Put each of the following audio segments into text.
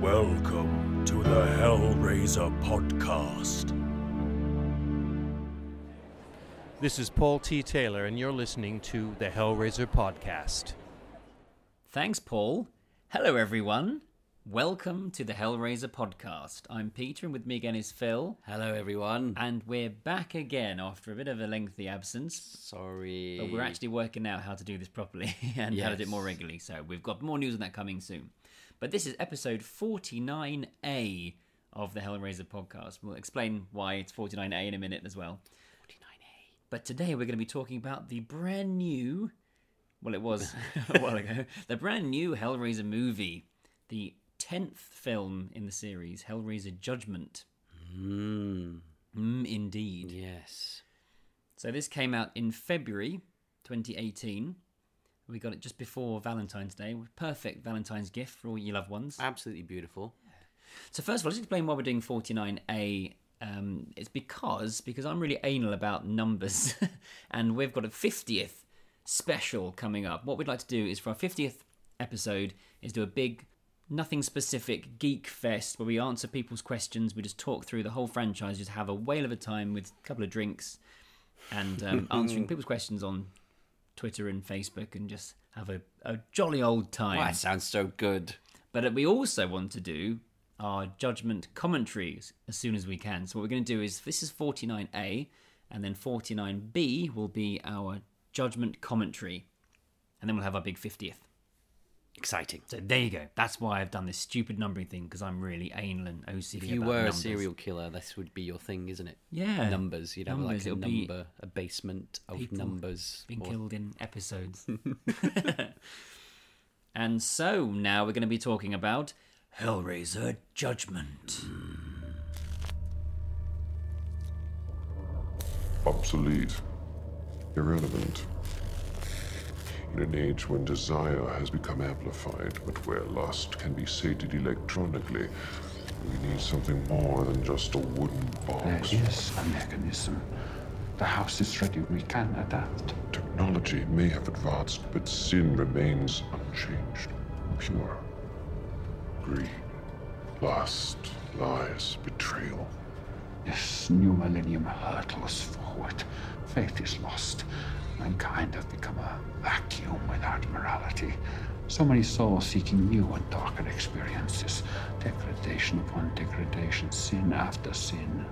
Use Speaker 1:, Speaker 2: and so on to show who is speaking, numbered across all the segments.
Speaker 1: Welcome to the Hellraiser podcast.
Speaker 2: This is Paul T. Taylor, and you're listening to the Hellraiser Podcast.
Speaker 3: Thanks, Paul. Hello, everyone. Welcome to the Hellraiser podcast. I'm Peter, and with me again is Phil.
Speaker 4: Hello, everyone.
Speaker 3: And we're back again after a bit of a lengthy absence.
Speaker 4: Sorry.
Speaker 3: But we're actually working out how to do this properly and how to do it
Speaker 4: Yes.
Speaker 3: more regularly. So we've got more news on that coming soon. But this is episode 49A of the Hellraiser podcast. We'll explain why it's 49A in a minute as well. 49A. But today we're going to be talking about the brand new, well, it was a while ago, the brand new Hellraiser movie, the 10th film in the series, Hellraiser Judgment.
Speaker 4: Mm,
Speaker 3: Mm, indeed.
Speaker 4: yes.
Speaker 3: So this came out in February 2018. We got it just before Valentine's Day. Perfect Valentine's gift for all your loved ones.
Speaker 4: Absolutely beautiful.
Speaker 3: So first of all, let's explain why we're doing 49A. Um, it's because because I'm really anal about numbers, and we've got a 50th special coming up. What we'd like to do is for our 50th episode is do a big nothing specific geek fest where we answer people's questions. We just talk through the whole franchise, just have a whale of a time with a couple of drinks, and um, answering people's questions on Twitter and Facebook, and just have a, a jolly old time.
Speaker 4: Wow, that sounds so good.
Speaker 3: But we also want to do our judgment commentaries as soon as we can. So what we're going to do is this is 49A, and then 49B will be our judgment commentary, and then we'll have our big 50th.
Speaker 4: Exciting.
Speaker 3: So there you go. That's why I've done this stupid numbering thing because I'm really anal and OCD.
Speaker 4: If you
Speaker 3: about
Speaker 4: were
Speaker 3: numbers.
Speaker 4: a serial killer, this would be your thing, isn't it?
Speaker 3: yeah,
Speaker 4: Numbers. You'd have
Speaker 3: Numbers,
Speaker 4: like a
Speaker 3: it'll be-
Speaker 4: number, a basement of
Speaker 3: People
Speaker 4: numbers.
Speaker 3: been
Speaker 4: or-
Speaker 3: killed in episodes. and so now we're going to be talking about Hellraiser Judgment.
Speaker 5: obsolete, irrelevant. In an age when desire has become amplified, but where lust can be sated electronically, we need something more than just a wooden
Speaker 6: There
Speaker 5: box.
Speaker 6: is a mechanism. The house is ready. We can adapt.
Speaker 5: Technology may have advanced, but sin remains unchanged, pure. Greed, lust, lies, betrayal.
Speaker 6: Yes, new millennium hurtles forward. Faith is lost. Mankind have become a vacuum without morality. So many souls seeking new and darker experiences. Degradation upon degradation, sin after sin.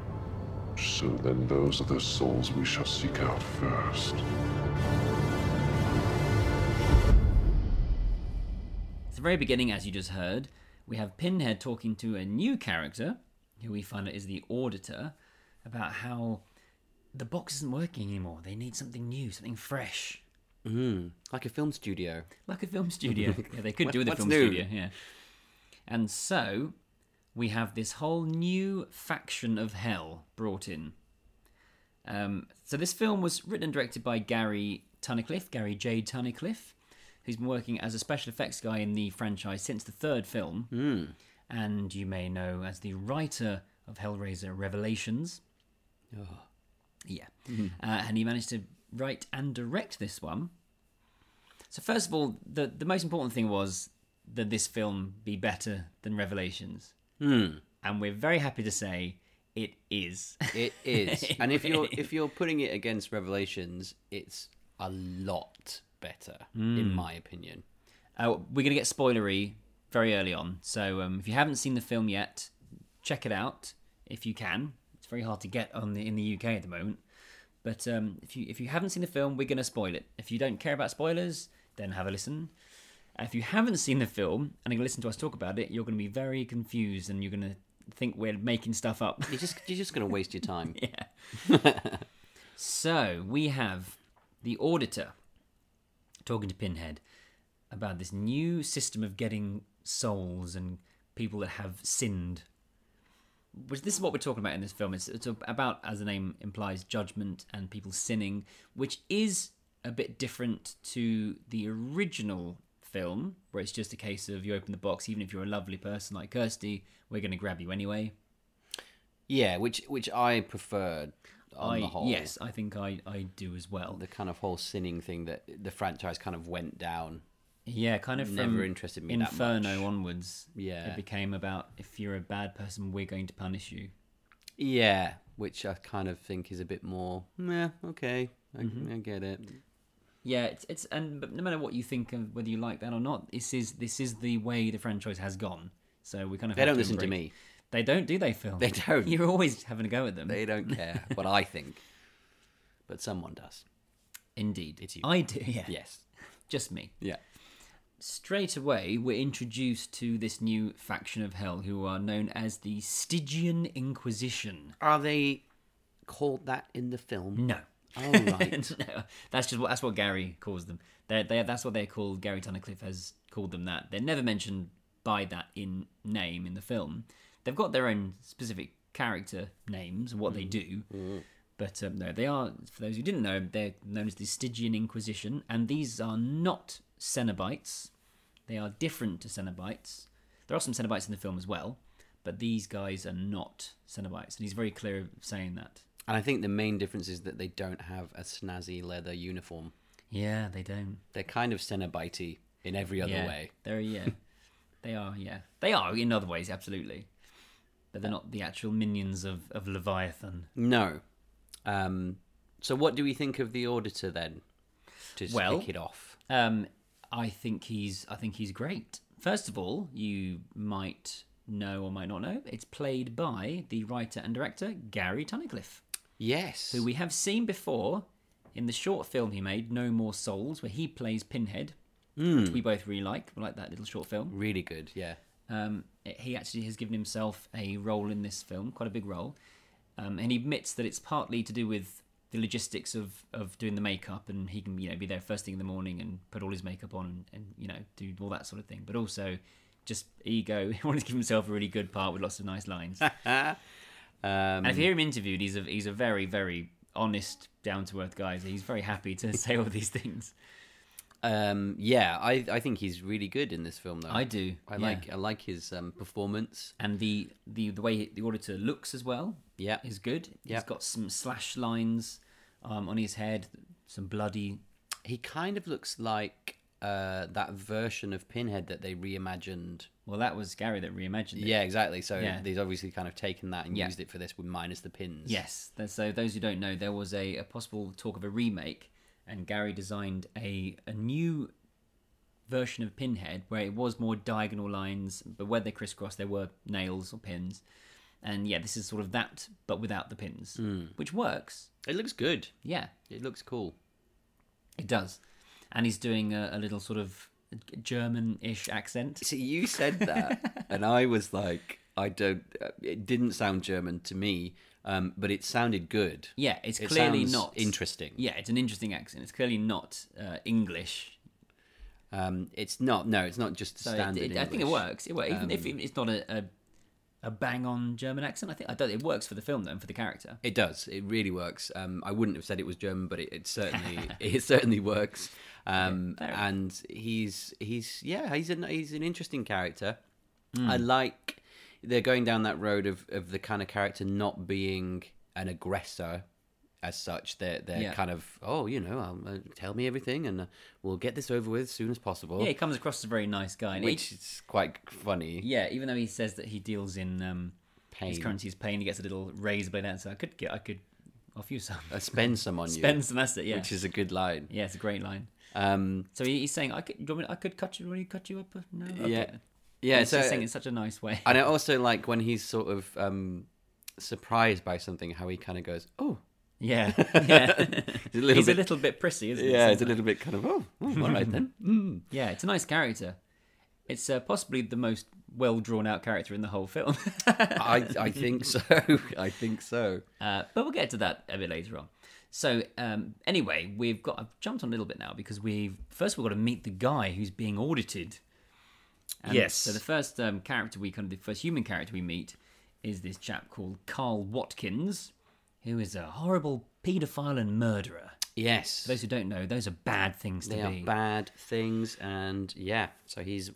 Speaker 5: So then, those are the souls we shall seek out first.
Speaker 3: At the very beginning, as you just heard, we have Pinhead talking to a new character, who we find out is the Auditor, about how the box isn't working anymore. They need something new, something fresh.
Speaker 4: Mm, like a film studio.
Speaker 3: Like a film studio. yeah, they could do with a
Speaker 4: What's
Speaker 3: film
Speaker 4: new?
Speaker 3: studio, yeah. And so, we have this whole new faction of hell brought in. Um, so, this film was written and directed by Gary Tunnicliffe, Gary J. Tunnicliffe, who's been working as a special effects guy in the franchise since the third film. And you may know as the writer of Hellraiser Revelations. Yeah. Uh, and he managed to write and direct this one. So first of all, the the most important thing was that this film be better than Revelations, and we're very happy to say it is.
Speaker 4: It is. and if you're
Speaker 3: really
Speaker 4: if you're putting it against Revelations, it's a lot better,
Speaker 3: Hmm.
Speaker 4: in my opinion.
Speaker 3: uh, we're gonna get spoilery very early on, so um, if you haven't seen the film yet, check it out if you can. It's very hard to get on the in the UK at the moment, but um, if you if you haven't seen the film, we're gonna spoil it. If you don't care about spoilers, then have a listen. If you haven't seen the film and you listen to us talk about it, you're going to be very confused and you're going to think we're making stuff up.
Speaker 4: You're just you're just gonna waste your time.
Speaker 3: So we have the auditor talking to Pinhead about this new system of getting souls and people that have sinned. Which this is what we're talking about in this film. It's, it's about, as the name implies, judgment and people sinning, which is a bit different to the original film, where it's just a case of you open the box, even if you're a lovely person like Kirsty, we're going to grab you anyway.
Speaker 4: Yeah, which which I preferred on
Speaker 3: I,
Speaker 4: the whole.
Speaker 3: Yes, I think I, I do as well.
Speaker 4: the kind of whole sinning thing that the franchise kind of went down
Speaker 3: Yeah, kind of from
Speaker 4: Never interested me that
Speaker 3: Inferno
Speaker 4: much.
Speaker 3: onwards.
Speaker 4: Yeah.
Speaker 3: it became about if you're a bad person, we're going to punish you.
Speaker 4: Yeah, which I kind of think is a bit more. Yeah, okay, I, I get it.
Speaker 3: Yeah, it's, it's and but no matter what you think of whether you like that or not, this is this is the way the franchise has gone. So we kind of
Speaker 4: They
Speaker 3: have
Speaker 4: don't listen to
Speaker 3: embrace-
Speaker 4: me.
Speaker 3: They don't, do they, Phil?
Speaker 4: They don't.
Speaker 3: You're always having a go at them.
Speaker 4: They don't care what I think, but someone does.
Speaker 3: Indeed,
Speaker 4: It's you.
Speaker 3: I do. Yeah,
Speaker 4: Yes.
Speaker 3: just me.
Speaker 4: Yeah.
Speaker 3: Straight away, we're introduced to this new faction of Hell, who are known as the Stygian Inquisition.
Speaker 4: Are they called that in the film?
Speaker 3: No,
Speaker 4: All right.
Speaker 3: no, that's just what that's what Gary calls them. They they that's what they're called. Gary Tunnicliffe has called them that. They're never mentioned by that in name in the film. They've got their own specific character names and what they do. But um, no, they are. For those who didn't know, they're known as the Stygian Inquisition, and these are not Cenobites. They are different to Cenobites. There are some Cenobites in the film as well, but these guys are not Cenobites, and he's very clear of saying that.
Speaker 4: And I think the main difference is that they don't have a snazzy leather uniform.
Speaker 3: Yeah, they don't.
Speaker 4: They're kind of Cenobite in every other
Speaker 3: yeah,
Speaker 4: way.
Speaker 3: They're yeah, they are yeah, they are in other ways absolutely, but they're not the actual minions of of Leviathan.
Speaker 4: No. Um, so what do we think of the auditor then? To just
Speaker 3: Well-
Speaker 4: kick it off.
Speaker 3: Um, I think he's I think he's great. First of all, you might know or might not know it's played by the writer and director Gary Tunnicliffe,
Speaker 4: Yes.
Speaker 3: who we have seen before in the short film he made No More Souls, where he plays Pinhead. Which we both really like. We like that little short film.
Speaker 4: really good. Yeah.
Speaker 3: Um, he actually has given himself a role in this film, quite a big role, um, and he admits that it's partly to do with the logistics of, of doing the makeup, and he can you know be there first thing in the morning and put all his makeup on and, and you know do all that sort of thing, but also just ego. He wanted to give himself a really good part with lots of nice lines. and if you hear him interviewed, he's a he's a very very honest, down to earth guy. So he's very happy to say all these things.
Speaker 4: Um, yeah. I I think he's really good in this film though.
Speaker 3: I do.
Speaker 4: I
Speaker 3: yeah.
Speaker 4: like I like his um, performance.
Speaker 3: and the the the way the auditor looks as well.
Speaker 4: Yeah.
Speaker 3: is good.
Speaker 4: Yeah.
Speaker 3: He's got some slash lines um, on his head, some bloody.
Speaker 4: He kind of looks like uh, that version of Pinhead that they reimagined.
Speaker 3: Well, that was Gary that reimagined it.
Speaker 4: Yeah, exactly. So
Speaker 3: Yeah.
Speaker 4: they've obviously kind of taken that and
Speaker 3: Yeah.
Speaker 4: used it for this with minus the pins.
Speaker 3: Yes. Th- So those who don't know, there was a, a possible talk of a remake, and Gary designed a a new version of Pinhead where it was more diagonal lines, but where they crisscrossed, there were nails or pins. And yeah, this is sort of that, but without the pins,
Speaker 4: Hmm.
Speaker 3: which works.
Speaker 4: It looks good.
Speaker 3: Yeah.
Speaker 4: It looks cool.
Speaker 3: It does. And he's doing a, a little sort of German ish accent.
Speaker 4: See, you said that, and I was like, I don't. uh, It didn't sound German to me, um, but it sounded good.
Speaker 3: Yeah, it's
Speaker 4: It
Speaker 3: clearly
Speaker 4: sounds
Speaker 3: not.
Speaker 4: interesting.
Speaker 3: yeah, it's an interesting accent. It's clearly not uh, English.
Speaker 4: Um, it's not. No, it's not just
Speaker 3: So it-
Speaker 4: standard.
Speaker 3: it- I think it
Speaker 4: English.
Speaker 3: works. It works. Even if it- it's not a, a, a bang on German accent, I think I don't, it works for the film, though, and for the character.
Speaker 4: It does. It really works. Um, I wouldn't have said it was German, but it, it certainly it certainly works. Um,
Speaker 3: fair enough.
Speaker 4: and he's he's yeah he's an he's an interesting character.
Speaker 3: Hmm.
Speaker 4: I like they're going down that road of, of the kind of character not being an aggressor as such. They're they're
Speaker 3: Yeah.
Speaker 4: kind of oh you know I'll, uh, tell me everything and uh, we'll get this over with as soon as possible.
Speaker 3: Yeah, he comes across as a very nice guy. And
Speaker 4: which
Speaker 3: he-
Speaker 4: is quite funny.
Speaker 3: yeah, even though he says that he deals in um, his
Speaker 4: Pain.
Speaker 3: currency is pain, he gets a little razor blade out. So I could get, I could offer you some.
Speaker 4: I Uh, spend some on
Speaker 3: Spend some, that's it,
Speaker 4: you,
Speaker 3: yeah.
Speaker 4: which is a good line.
Speaker 3: yeah, it's a great line.
Speaker 4: Um,
Speaker 3: So he- he's saying, I could, do you want me- I could cut you, want me to cut you up? uh, No, okay.
Speaker 4: yeah, yeah.
Speaker 3: He's
Speaker 4: so
Speaker 3: just saying it in such a nice way.
Speaker 4: And I also like when he's sort of um, surprised by something, how he kind of goes, "Oh,
Speaker 3: Yeah, yeah.
Speaker 4: it's a little
Speaker 3: he's
Speaker 4: bit,
Speaker 3: a little bit prissy, isn't he?
Speaker 4: yeah, it's a little bit kind of, oh, oh, all right then."
Speaker 3: Yeah, it's a nice character. It's uh, possibly the most well drawn out character in the whole film.
Speaker 4: I, I think so. I think so.
Speaker 3: uh, but we'll get to that a bit later on. So um, anyway, we've got I've jumped on a little bit now because we've first we've got to meet the guy who's being audited. And
Speaker 2: Yes.
Speaker 3: So the first um, character we kind of the first human character we meet is this chap called Carl Watkins, who is a horrible paedophile and murderer.
Speaker 4: Yes,
Speaker 3: For those who don't know, those are bad things to
Speaker 4: they
Speaker 3: be.
Speaker 4: are bad things, and yeah, so he's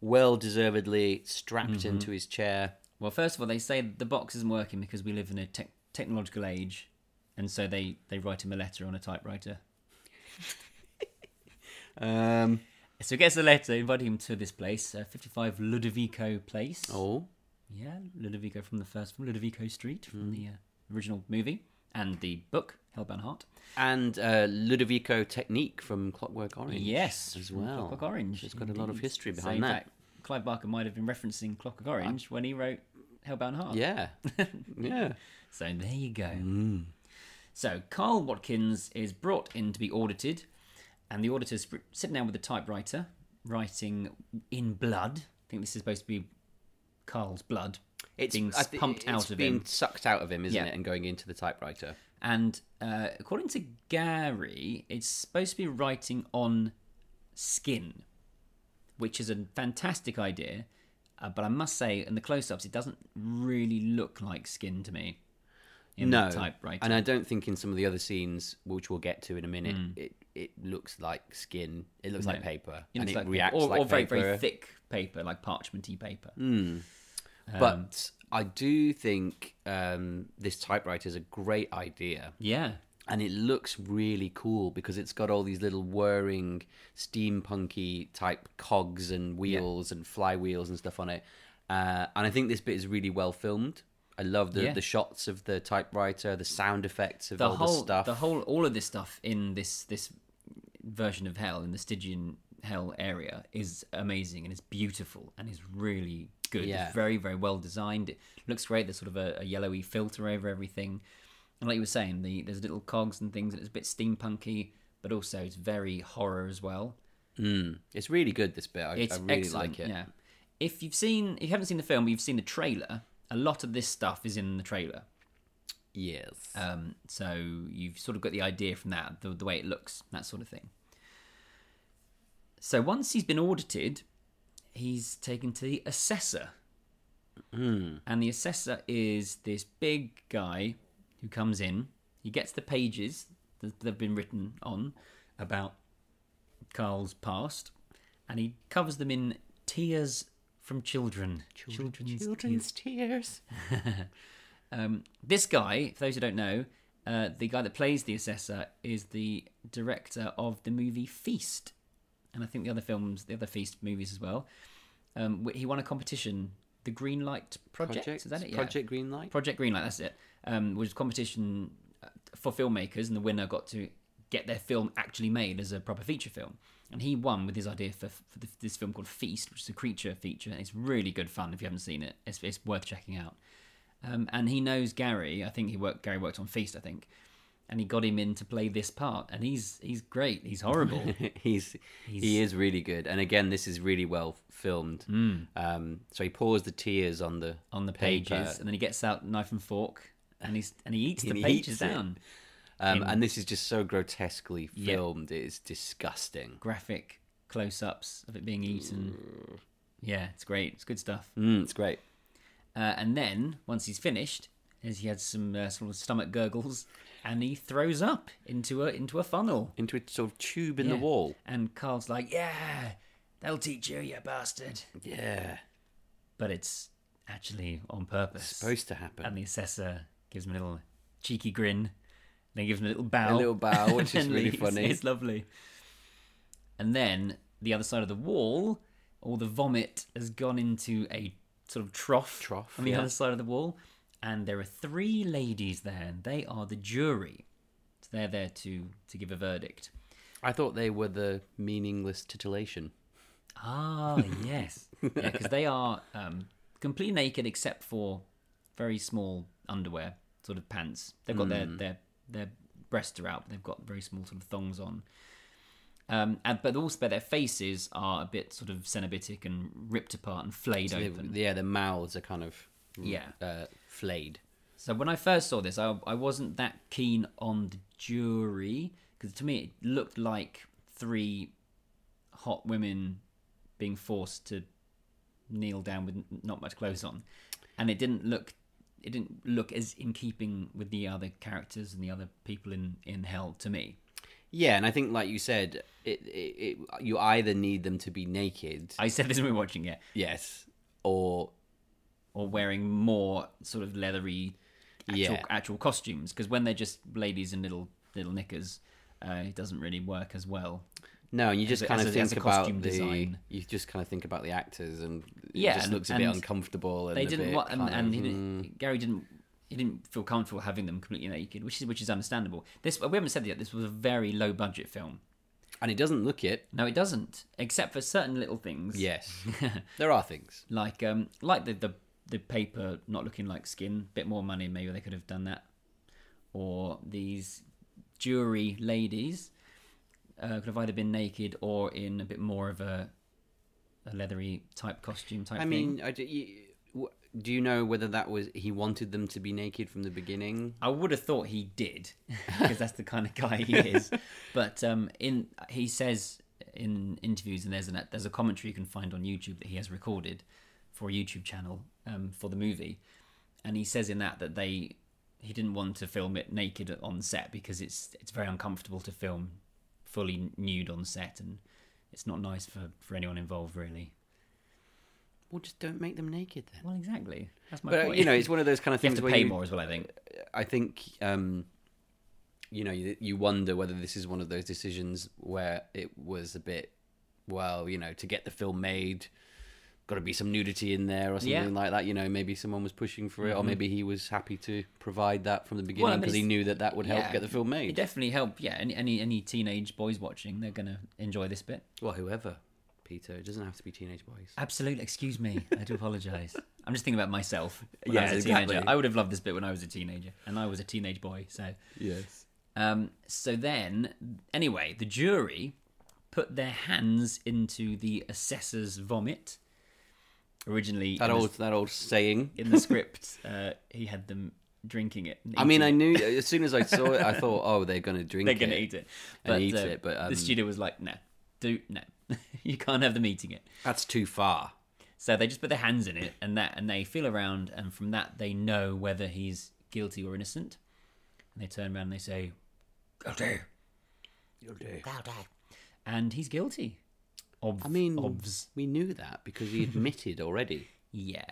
Speaker 4: well deservedly strapped
Speaker 3: Mm-hmm.
Speaker 4: into his chair.
Speaker 3: Well, first of all, they say the box isn't working because we live in a tech technological age, and so they, they write him a letter on a typewriter.
Speaker 4: Um,
Speaker 3: So he gets a letter inviting him to this place, uh, 55 Ludovico Place.
Speaker 4: Oh,
Speaker 3: Yeah, Ludovico from the first, from Ludovico Street, from
Speaker 4: Mm.
Speaker 3: the uh, original movie and the book, Hellbound Heart.
Speaker 4: and uh, Ludovico Technique from Clockwork Orange.
Speaker 3: Yes,
Speaker 4: as
Speaker 3: from
Speaker 4: well.
Speaker 3: Clockwork Orange.
Speaker 4: It's got a lot of
Speaker 3: indeed.
Speaker 4: history
Speaker 3: So
Speaker 4: behind
Speaker 3: in
Speaker 4: that.
Speaker 3: fact, Clive Barker might have been referencing Clockwork Orange when he wrote Hellbound Heart.
Speaker 4: Yeah, yeah.
Speaker 3: So there you go.
Speaker 4: Mm.
Speaker 3: So Carl Watkins is brought in to be audited, and the auditor's sp- sitting down with a typewriter, writing in blood. I think this is supposed to be Carl's blood being
Speaker 4: I thi-
Speaker 3: pumped out
Speaker 4: it's
Speaker 3: of
Speaker 4: being
Speaker 3: him.
Speaker 4: sucked out of him, isn't
Speaker 3: Yeah.
Speaker 4: it, and going into the typewriter.
Speaker 3: And uh, according to Gary, it's supposed to be writing on skin, which is a fantastic idea. Uh, but I must say, in the close-ups, it doesn't really look like skin to me. In
Speaker 4: no
Speaker 3: the typewriter.
Speaker 4: and i don't think in some of the other scenes which we'll get to in a minute
Speaker 3: Mm.
Speaker 4: it it looks like skin it looks like paper
Speaker 3: It
Speaker 4: and
Speaker 3: looks
Speaker 4: it
Speaker 3: like paper.
Speaker 4: reacts
Speaker 3: or,
Speaker 4: like
Speaker 3: or very
Speaker 4: paper Mm.
Speaker 3: very thick paper, like parchmenty paper.
Speaker 4: but
Speaker 3: um,
Speaker 4: i do think um, this typewriter is a great idea
Speaker 3: Yeah,
Speaker 4: and it looks really cool because it's got all these little whirring steampunky type cogs and wheels and flywheels and stuff on it uh, and i think this bit is really well filmed i love the,
Speaker 3: Yeah.
Speaker 4: the shots of the typewriter the sound effects of
Speaker 3: the
Speaker 4: all
Speaker 3: whole
Speaker 4: the stuff
Speaker 3: the whole all of this stuff in this this version of hell in the Stygian hell area is amazing and it's beautiful and is really good.
Speaker 4: Yeah.
Speaker 3: It's very very well designed. It looks great. There's sort of a, a yellowy filter over everything, and like you were saying, the there's little cogs and things, and it's a bit steampunky, but also it's very horror as well.
Speaker 4: it's really good this bit i,
Speaker 3: It's
Speaker 4: I really
Speaker 3: excellent.
Speaker 4: like it
Speaker 3: Yeah. If you've seen, if you haven't seen the film, but you've seen the trailer. A lot of this stuff is in the trailer,
Speaker 4: Yes.
Speaker 3: um, so you've sort of got the idea from that, the, the way it looks, that sort of thing. So once he's been audited, he's taken to the assessor,
Speaker 4: Hmm.
Speaker 3: and the assessor is this big guy who comes in. He gets the pages that that have been written on about Carl's past, and he covers them in tears from children. Children's, tears. um, this guy, for those who don't know, uh, the guy that plays the assessor is the director of the movie Feast, and I think the other films, the other Feast movies as well. Um, wh- he won a competition, the Green Light Project. Is that it? Yeah.
Speaker 4: Project Greenlight.
Speaker 3: Project Greenlight, that's it. Um, was a competition uh, for filmmakers, and the winner got to get their film actually made as a proper feature film. And he won with his idea for, for th- this film called Feast, which is a creature feature. And it's really good fun if you haven't seen it. It's, it's worth checking out. Um, and he knows Gary. I think he worked. Gary worked on Feast, I think, and he got him in to play this part. And he's he's great. He's horrible.
Speaker 4: he's, he is really good, and again, this is really well filmed. Um, so he pours the tears on the
Speaker 3: Hmm. on the pages,
Speaker 4: paper,
Speaker 3: and then he gets out knife and fork, and he's and he eats the
Speaker 4: And he eats
Speaker 3: pages
Speaker 4: it.
Speaker 3: down.
Speaker 4: um, and this is just so grotesquely
Speaker 3: Yeah.
Speaker 4: filmed. It is disgusting.
Speaker 3: graphic close-ups of it being eaten. Yeah, it's great. It's good stuff.
Speaker 4: Mm, it's great.
Speaker 3: Uh, and then once he's finished, as he has some uh, sort of stomach gurgles, and he throws up into a into a funnel
Speaker 4: Into a sort of tube in the
Speaker 3: Yeah.
Speaker 4: wall.
Speaker 3: And Carl's like, "Yeah, they'll teach you, you bastard."
Speaker 4: Yeah,
Speaker 3: But it's actually on purpose.
Speaker 4: supposed to happen.
Speaker 3: and the assessor gives him a little cheeky grin, then gives him a little bow,
Speaker 4: A little bow,
Speaker 3: and
Speaker 4: which is
Speaker 3: then
Speaker 4: really
Speaker 3: leaves.
Speaker 4: funny.
Speaker 3: It's lovely. And then the other side of the wall, all the vomit has gone into a sort of trough,
Speaker 4: Trough,
Speaker 3: on the
Speaker 4: yeah.
Speaker 3: other side of the wall, and there are three ladies there, and they are the jury. So they're there to to give a verdict.
Speaker 4: I thought they were the meaningless titillation.
Speaker 3: Ah, yes. yeah, because they are um, completely naked except for very small underwear, sort of pants. They've got their, their their breasts are out, but they've got very small sort of thongs on. Um, and, but also, but their faces are a bit sort of cenobitic and ripped apart and flayed
Speaker 4: They-
Speaker 3: open.
Speaker 4: yeah, their mouths are kind of
Speaker 3: Yeah.
Speaker 4: uh, flayed.
Speaker 3: So when I first saw this, I, I wasn't that keen on the jury because to me it looked like three hot women being forced to kneel down with n- not much clothes on, and it didn't look it didn't look as in keeping with the other characters and the other people in in hell to me.
Speaker 4: Yeah, and I think, like you said, it, it, it you either need them to be naked,
Speaker 3: I said this when we were watching it,
Speaker 4: yes, or
Speaker 3: or wearing more sort of leathery actual,
Speaker 4: Yeah.
Speaker 3: actual uh, costumes
Speaker 4: No, and you
Speaker 3: As
Speaker 4: just
Speaker 3: a-
Speaker 4: kind
Speaker 3: as
Speaker 4: of
Speaker 3: a- as
Speaker 4: think
Speaker 3: a
Speaker 4: about
Speaker 3: costume
Speaker 4: the
Speaker 3: design.
Speaker 4: you just kind of think about the actors, and
Speaker 3: Yeah,
Speaker 4: it just
Speaker 3: and-
Speaker 4: looks a bit
Speaker 3: and
Speaker 4: uncomfortable. And
Speaker 3: they
Speaker 4: a
Speaker 3: didn't
Speaker 4: bit
Speaker 3: want, and,
Speaker 4: kind of,
Speaker 3: and he
Speaker 4: hmm.
Speaker 3: didn't, Gary didn't. He didn't feel comfortable having them completely naked, which is which is understandable. This we haven't said that yet. This was a very low budget film.
Speaker 4: and it doesn't look it.
Speaker 3: No, it doesn't, except for certain little things.
Speaker 4: Yes, there are things.
Speaker 3: like um, like the, the the paper not looking like skin. Bit more money, maybe they could have done that. Or these jury ladies uh, could have either been naked or in a bit more of a a leathery type costume type.
Speaker 4: I
Speaker 3: thing.
Speaker 4: mean, I d you, w- do you know whether that was he wanted them to be naked from the beginning?
Speaker 3: I would have thought he did because that's the kind of guy he is. But um, in he says in interviews and there's an there's a commentary you can find on YouTube that he has recorded for a YouTube channel um, for the movie, and he says in that that they he didn't want to film it naked on set because it's it's very uncomfortable to film fully nude on set and it's not nice for, for anyone involved really.
Speaker 4: Well, just don't make them naked then.
Speaker 3: Well, exactly. That's my
Speaker 4: But uh,
Speaker 3: point.
Speaker 4: you know, it's one of those kind of
Speaker 3: you have
Speaker 4: things
Speaker 3: to
Speaker 4: where
Speaker 3: pay
Speaker 4: you,
Speaker 3: more as well. I think.
Speaker 4: I think um, you know you, you wonder whether this is one of those decisions where it was a bit well you know to get the film made got to be some nudity in there or something
Speaker 3: Yeah.
Speaker 4: like that you know maybe someone was pushing for it or maybe he was happy to provide that from the beginning
Speaker 3: mean,
Speaker 4: because he
Speaker 3: it's-
Speaker 4: knew that that would help
Speaker 3: Yeah,
Speaker 4: get the film
Speaker 3: It
Speaker 4: made
Speaker 3: definitely helped. Yeah, any any any teenage boys watching, they're gonna enjoy this bit.
Speaker 4: well whoever peter it doesn't have to be teenage boys
Speaker 3: Absolutely. Excuse me. I do apologise. I'm just thinking about myself. When I
Speaker 4: Yeah,
Speaker 3: was a teenager,
Speaker 4: exactly.
Speaker 3: I would have loved this bit when I was a teenager, and I was a teenage boy. So,
Speaker 4: yes
Speaker 3: um, so then, anyway, the jury put their hands into the assessor's vomit. Originally,
Speaker 4: that
Speaker 3: in the-
Speaker 4: old that old saying
Speaker 3: in the script, uh, he had them drinking it. and
Speaker 4: i mean
Speaker 3: eating
Speaker 4: i
Speaker 3: it.
Speaker 4: knew as soon as i saw it i thought oh they're gonna drink
Speaker 3: they're
Speaker 4: it
Speaker 3: gonna eat it,
Speaker 4: and eat
Speaker 3: uh,
Speaker 4: it, but, um,
Speaker 3: the studio was like, no, do no, you can't have them eating it.
Speaker 4: that's too far
Speaker 3: So they just put their hands in it, and that, and they feel around, and from that they know whether he's guilty or innocent. And they turn around and they say, "Guilty, guilty, guilty," and he's guilty. Ob-
Speaker 4: I mean,
Speaker 3: obvs.
Speaker 4: we knew that because he admitted already.
Speaker 3: yeah.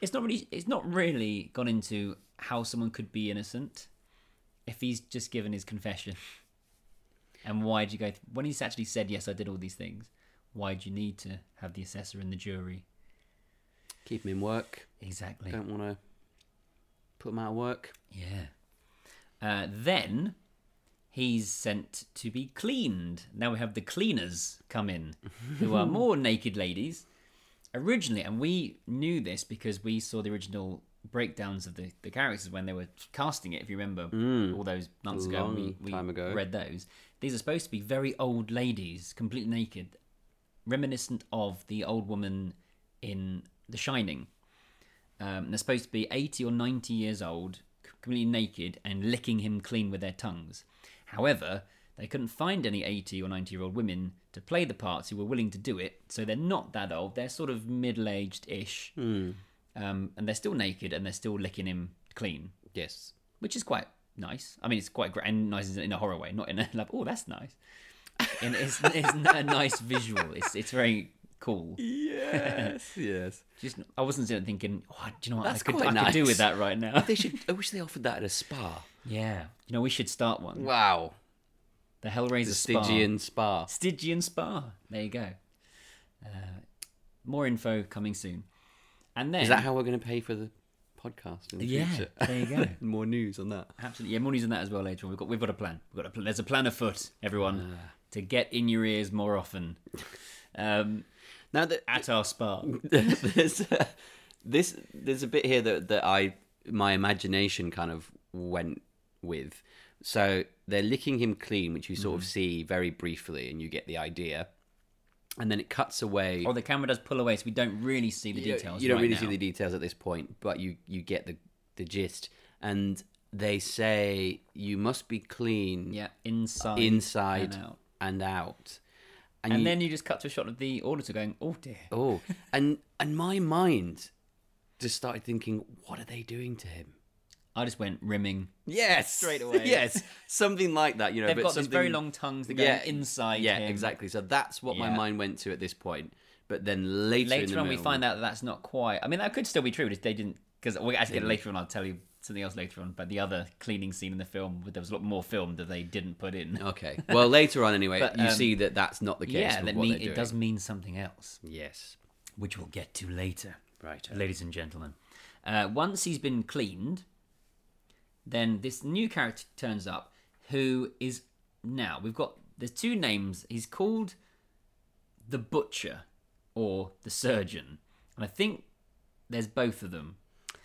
Speaker 3: It's not really, it's not really gone into how someone could be innocent if he's just given his confession. And why do you go th- when he's actually said yes, I did all these things? Why do you need to have the assessor and the jury?
Speaker 4: Keep him in work.
Speaker 3: Exactly.
Speaker 4: Don't want to put him out of work.
Speaker 3: Yeah. Uh, then he's sent to be cleaned. Now we have the cleaners come in, who are more naked ladies. Originally, and we knew this because we saw the original breakdowns of the, the characters when they were casting it, if you remember, all those months ago. and
Speaker 4: Mm. long
Speaker 3: we,
Speaker 4: time
Speaker 3: we
Speaker 4: ago.
Speaker 3: read those. These are supposed to be very old ladies, completely naked, reminiscent of the old woman in The Shining. Um, they're supposed to be 80 or 90 years old, c- completely naked, and licking him clean with their tongues. However, they couldn't find any 80 or 90 year old women to play the parts who were willing to do it, so they're not that old. They're sort of middle aged ish. Um, and they're still naked and they're still licking him clean,
Speaker 4: Yes.
Speaker 3: which is quite nice. I mean, it's quite great and nice in a horror way, not in a like, oh, that's nice. And it's, it's a nice visual. It's, it's very cool.
Speaker 4: Yes. yes.
Speaker 3: Just, I wasn't sitting thinking, oh, do you know what?
Speaker 4: That's
Speaker 3: I, could,
Speaker 4: quite
Speaker 3: I could do
Speaker 4: nice.
Speaker 3: with that right now.
Speaker 4: They should. I wish they offered that at a spa.
Speaker 3: yeah. You know, we should start one.
Speaker 4: Wow.
Speaker 3: The Hellraiser
Speaker 4: The
Speaker 3: Spa.
Speaker 4: Stygian spa.
Speaker 3: Stygian Spa. There you go. Uh, more info coming soon. And then.
Speaker 4: Is that how we're going to pay for the podcast in the
Speaker 3: Yeah,
Speaker 4: future?
Speaker 3: there you go.
Speaker 4: More news on that.
Speaker 3: Absolutely. Yeah, more news on that as well later on. We've got, we've got a plan. We've got a, pl- there's a plan afoot, everyone,
Speaker 4: Ah.
Speaker 3: to get in your ears more often um,
Speaker 4: Now that
Speaker 3: at our spa.
Speaker 4: there's uh, this there's a bit here that that I my imagination kind of went with. So they're licking him clean, which you sort
Speaker 3: Mm-hmm.
Speaker 4: of see very briefly, and you get the idea. And then it cuts away.
Speaker 3: Or Oh, the camera does pull away, so we don't really see the
Speaker 4: you don't-
Speaker 3: details.
Speaker 4: You don't
Speaker 3: right
Speaker 4: really see
Speaker 3: now.
Speaker 4: the details at this point, but you you get the the gist. And they say you must be clean
Speaker 3: Yeah, inside.
Speaker 4: inside
Speaker 3: and out.
Speaker 4: and out.
Speaker 3: And
Speaker 4: you-
Speaker 3: then you just cut to a shot of the auditor going, oh dear.
Speaker 4: Oh, and and my mind just started thinking, what are they doing to him?
Speaker 3: I just went rimming.
Speaker 4: Yes,
Speaker 3: Straight away.
Speaker 4: Yes, something like that. You know,
Speaker 3: They've
Speaker 4: but
Speaker 3: got
Speaker 4: something...
Speaker 3: these very long tongues that go inside.
Speaker 4: Yeah,
Speaker 3: him.
Speaker 4: exactly. So that's what my
Speaker 3: Yeah.
Speaker 4: mind went to at this point. But then later, in
Speaker 3: Later
Speaker 4: the
Speaker 3: on, we
Speaker 4: middle-
Speaker 3: find out that that's not quite. I mean, that could still be true. If they didn't, because we as I get later on, I'll tell you something else later on, but the other cleaning scene in the film, there was a lot more film that they didn't put in.
Speaker 4: Okay. Well, later on, anyway,
Speaker 3: But,
Speaker 4: you
Speaker 3: um,
Speaker 4: see that that's not Oh, the case.
Speaker 3: yeah,
Speaker 4: with
Speaker 3: that
Speaker 4: what
Speaker 3: mean,
Speaker 4: they're doing.
Speaker 3: it does mean something else,
Speaker 4: Yes.
Speaker 3: which we'll get to later,
Speaker 4: Right.
Speaker 3: ladies and gentlemen. Uh, once he's been cleaned, then this new character turns up, who is now we've got there's two names. He's called the butcher or the surgeon, and I think there's both of them.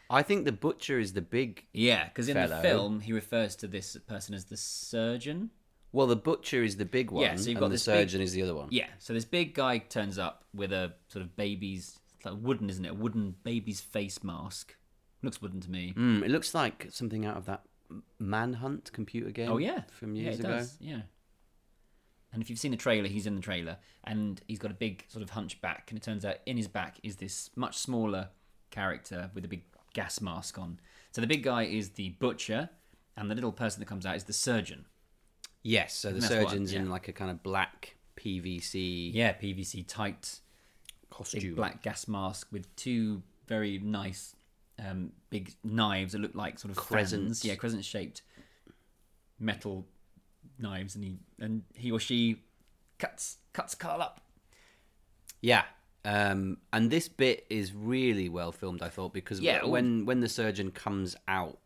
Speaker 4: I think the butcher is the big.
Speaker 3: Yeah, because in
Speaker 4: Fellow.
Speaker 3: the film he refers to this person as the surgeon.
Speaker 4: Well, the butcher is the big one.
Speaker 3: Yeah, so you've got
Speaker 4: and the
Speaker 3: this big-
Speaker 4: surgeon is the other one.
Speaker 3: Yeah, so this big guy turns up with a sort of baby's it's like wooden, isn't it? A wooden baby's face mask. Looks wooden to me.
Speaker 4: Mm, it looks like something out of that Manhunt computer game.
Speaker 3: Oh yeah,
Speaker 4: From years
Speaker 3: yeah, it
Speaker 4: ago.
Speaker 3: Does. Yeah. And if you've seen the trailer, he's in the trailer, and he's got a big sort of hunchback, and it turns out in his back is this much smaller character with a big gas mask on. So the big guy is the butcher, and the little person that comes out is the surgeon.
Speaker 4: Yes. So the
Speaker 3: That's what-
Speaker 4: surgeon's in
Speaker 3: yeah.
Speaker 4: like a kind of black PVC
Speaker 3: Yeah, PVC tight,
Speaker 4: costume.
Speaker 3: big black gas mask with two very nice um, big knives that look like sort of
Speaker 4: Crescents.
Speaker 3: fans. Yeah, crescent shaped metal knives, and he and he or she cuts cuts Carl up.
Speaker 4: Yeah. Um, and this bit is really well filmed, I thought, because
Speaker 3: Yeah,
Speaker 4: wh- when when the surgeon comes out,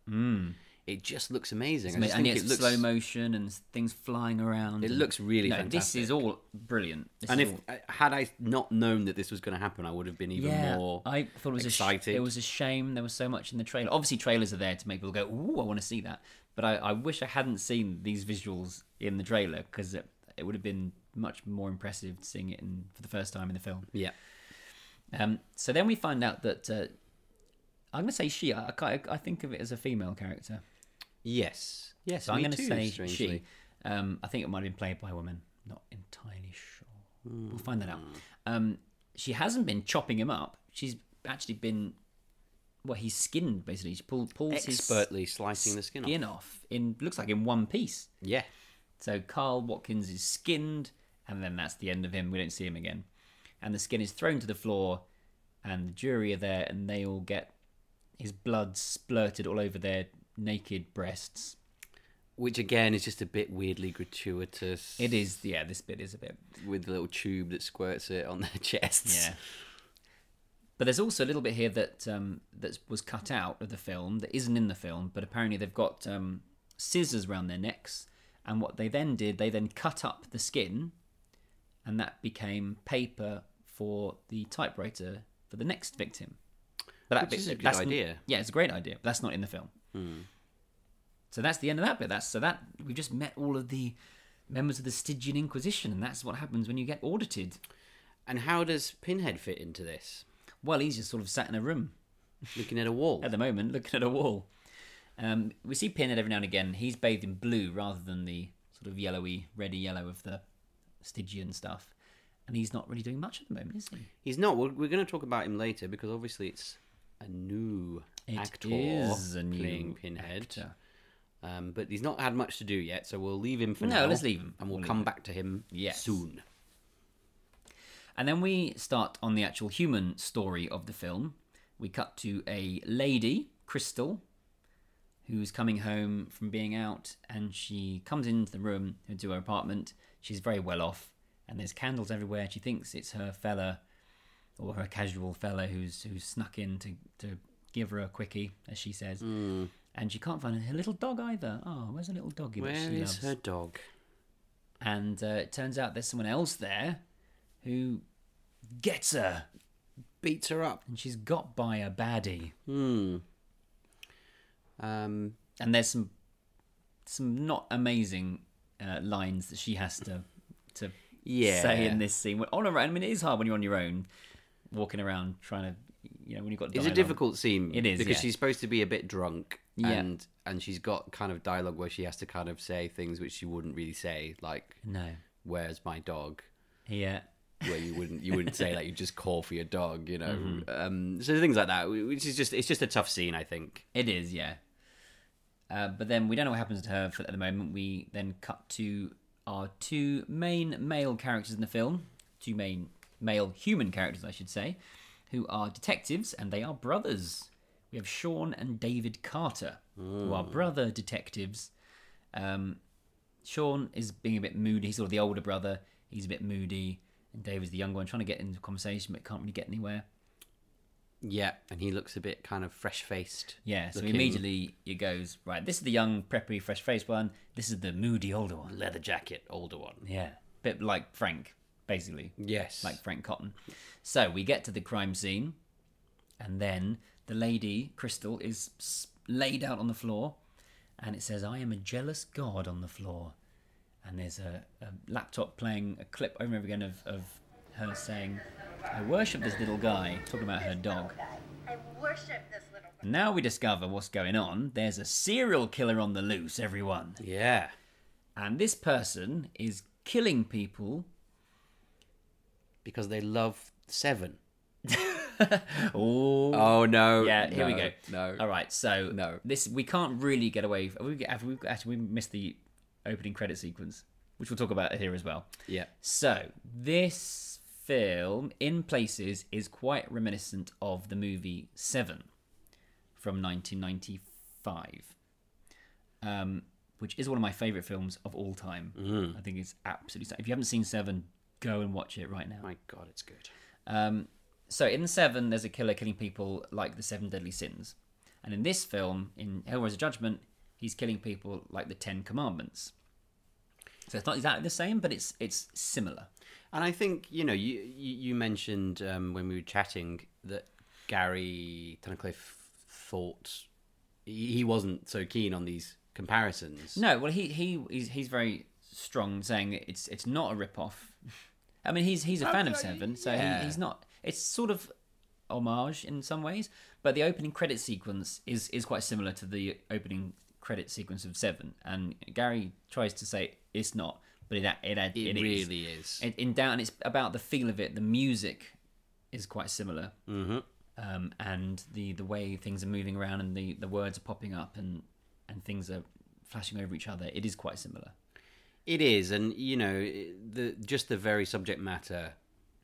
Speaker 4: it just looks amazing. I just
Speaker 3: and
Speaker 4: think
Speaker 3: it's
Speaker 4: it looks
Speaker 3: slow motion and things flying around.
Speaker 4: It
Speaker 3: and-
Speaker 4: looks really
Speaker 3: no, This
Speaker 4: fantastic.
Speaker 3: is all brilliant. This
Speaker 4: And
Speaker 3: is
Speaker 4: if uh,
Speaker 3: all-
Speaker 4: had I not known that this was going to happen, I would have been even
Speaker 3: yeah,
Speaker 4: more.
Speaker 3: I thought it was
Speaker 4: excited.
Speaker 3: A sh- it was a shame there was so much in the trailer. Obviously, trailers are there to make people go, "Ooh, I want to see that." But I, I wish I hadn't seen these visuals in the trailer because it, it would have been much more impressive seeing it in, for the first time in the film.
Speaker 4: Yeah.
Speaker 3: Um, so then we find out that uh, I'm going to say she. I, I, can't- I think of it as a female character.
Speaker 4: Yes. Yes.
Speaker 3: So I'm
Speaker 4: me
Speaker 3: going to
Speaker 4: too,
Speaker 3: say
Speaker 4: strangely.
Speaker 3: she. Um, I think it might have been played by a woman. Not entirely sure.
Speaker 4: Hmm.
Speaker 3: We'll find that out. Um, she hasn't been chopping him up. She's actually been, well, he's skinned basically. She pulled, pulls
Speaker 4: expertly
Speaker 3: his
Speaker 4: slicing the skin, off.
Speaker 3: off. In looks like in one piece.
Speaker 4: Yeah.
Speaker 3: So Carl Watkins is skinned, and then that's the end of him. We don't see him again. And the skin is thrown to the floor, and the jury are there, and they all get his blood splurted all over their naked breasts.
Speaker 4: Which again is just a bit weirdly gratuitous.
Speaker 3: It is, yeah. This bit is a bit,
Speaker 4: with the little tube that squirts it on their chests.
Speaker 3: yeah. But there's also a little bit here that um, that was cut out of the film that isn't in the film. But apparently they've got um, scissors round their necks, and what they then did, they then cut up the skin, and that became paper for the typewriter for the next victim. But that
Speaker 4: Which is a good
Speaker 3: that's-
Speaker 4: idea. Hmm.
Speaker 3: Yeah, it's a great idea. But that's not in the film. So that's the end of that bit. That's so that we've just met all of the members of the Stygian Inquisition, and that's what happens when you get audited.
Speaker 4: And how does Pinhead fit into this?
Speaker 3: Well, he's just sort of sat in a room
Speaker 4: Looking at a wall.
Speaker 3: at the moment, looking at a wall. Um, we see Pinhead every now and again. He's bathed in blue rather than the sort of yellowy, reddy yellow of the Stygian stuff, and he's not really doing much at the moment, is he?
Speaker 4: He's not. We're, we're going to talk about him later because obviously it's a new
Speaker 3: It
Speaker 4: actor
Speaker 3: is a new
Speaker 4: playing Pinhead.
Speaker 3: actor.
Speaker 4: Um, but he's not had much to do yet, so we'll leave him for
Speaker 3: No,
Speaker 4: now.
Speaker 3: let's leave him.
Speaker 4: And we'll,
Speaker 3: We'll leave
Speaker 4: come
Speaker 3: him.
Speaker 4: back to him
Speaker 3: Yes.
Speaker 4: soon.
Speaker 3: And then we start on the actual human story of the film. We cut to a lady, Crystal, who's coming home from being out, and she comes into the room, into her apartment. She's very well off, and there's candles everywhere. She thinks it's her fella, or her casual fella, who's who's snuck in to, to give her a quickie, as she says.
Speaker 4: Hmm.
Speaker 3: And she can't find her little dog either. Oh, where's her little doggy? that
Speaker 4: Where
Speaker 3: she
Speaker 4: is
Speaker 3: loves?
Speaker 4: her dog?
Speaker 3: and uh, it turns out there's someone else there who gets her,
Speaker 4: Beats her up.
Speaker 3: and she's got by a baddie.
Speaker 4: Um,
Speaker 3: And there's some some not amazing uh, lines that she has to to
Speaker 4: Yeah.
Speaker 3: say in this scene. Well, on her own, I mean, it is hard when you're on your own, walking around trying to, you know, when you've got.
Speaker 4: it's a
Speaker 3: dialogue.
Speaker 4: difficult scene.
Speaker 3: It is,
Speaker 4: because
Speaker 3: yeah.
Speaker 4: she's supposed to be a bit drunk,
Speaker 3: Yeah.
Speaker 4: and and she's got kind of dialogue where she has to kind of say things which she wouldn't really say, like
Speaker 3: No.
Speaker 4: "Where's my dog?"
Speaker 3: Yeah.
Speaker 4: where you wouldn't you wouldn't say that you just call for your dog, you know.
Speaker 3: Mm-hmm.
Speaker 4: Um, so things like that, which is just it's just a tough scene, I think.
Speaker 3: It is, yeah. Uh, but then we don't know what happens to her for, at the moment. We then cut to our two main male characters in the film, two main male human characters, I should say, who are detectives and they are brothers. we have Sean and David Carter, who are brother detectives. Um, Sean is being a bit moody. He's sort of the older brother. He's a bit moody, and David's the younger one, trying to get into conversation but can't really get anywhere.
Speaker 4: Yeah, and he looks a bit kind of fresh faced.
Speaker 3: Yeah, so
Speaker 4: looking.
Speaker 3: immediately it goes right. This is the young, preppy, fresh-faced one. This is the moody, older one.
Speaker 4: leather jacket, older one.
Speaker 3: Yeah, bit like Frank, basically.
Speaker 4: Yes,
Speaker 3: like Frank Cotton. So we get to the crime scene, and then the lady, Crystal, is s- laid out on the floor, and it says, I am a jealous god on the floor. And there's a, a laptop playing a clip over and over again of, of her saying, I worship this little guy, talking about her dog.
Speaker 7: I worship this little
Speaker 3: And now we discover what's going on. There's a serial killer on the loose, everyone.
Speaker 4: yeah,
Speaker 3: And this person is killing people
Speaker 4: because they love Seven.
Speaker 3: all
Speaker 4: Oh no!
Speaker 3: Yeah, here we
Speaker 4: no,
Speaker 3: go.
Speaker 4: No,
Speaker 3: All right, so
Speaker 4: No.
Speaker 3: this we can't really get away. Have we, have we actually we missed the opening credit sequence, which we'll talk about here as well.
Speaker 4: Yeah,
Speaker 3: So this film, in places, is quite reminiscent of the movie Seven from 1995, um, which is one of my favorite films of all time.
Speaker 4: Mm.
Speaker 3: I think it's absolutely. If you haven't seen Seven, go and watch it right now.
Speaker 4: my God, it's good.
Speaker 3: Um, so in Seven, there's a killer killing people like the Seven Deadly Sins, and in this film, in Hellraiser Judgment, he's killing people like the Ten Commandments. So it's not exactly the same, but it's it's similar.
Speaker 4: And I think you know you you, you mentioned um, when we were chatting that Gary Tunnicliffe thought he, he wasn't so keen on these comparisons.
Speaker 3: No, well he he he's, he's very strong saying that it's it's not a rip off. I mean he's he's a fan of Seven, so
Speaker 4: yeah.
Speaker 3: he, he's not. It's sort of homage in some ways, but the opening credit sequence is is quite similar to the opening credit sequence of Seven. And Gary tries to say it's not, but it it it, it
Speaker 4: it,
Speaker 3: is.
Speaker 4: really is.
Speaker 3: It, in down, it's about the feel of it. The music is quite similar, mm-hmm. um, and the the way things are moving around and the, the words are popping up and and things are flashing over each other. It is quite similar.
Speaker 4: It is, and you know the just the very subject matter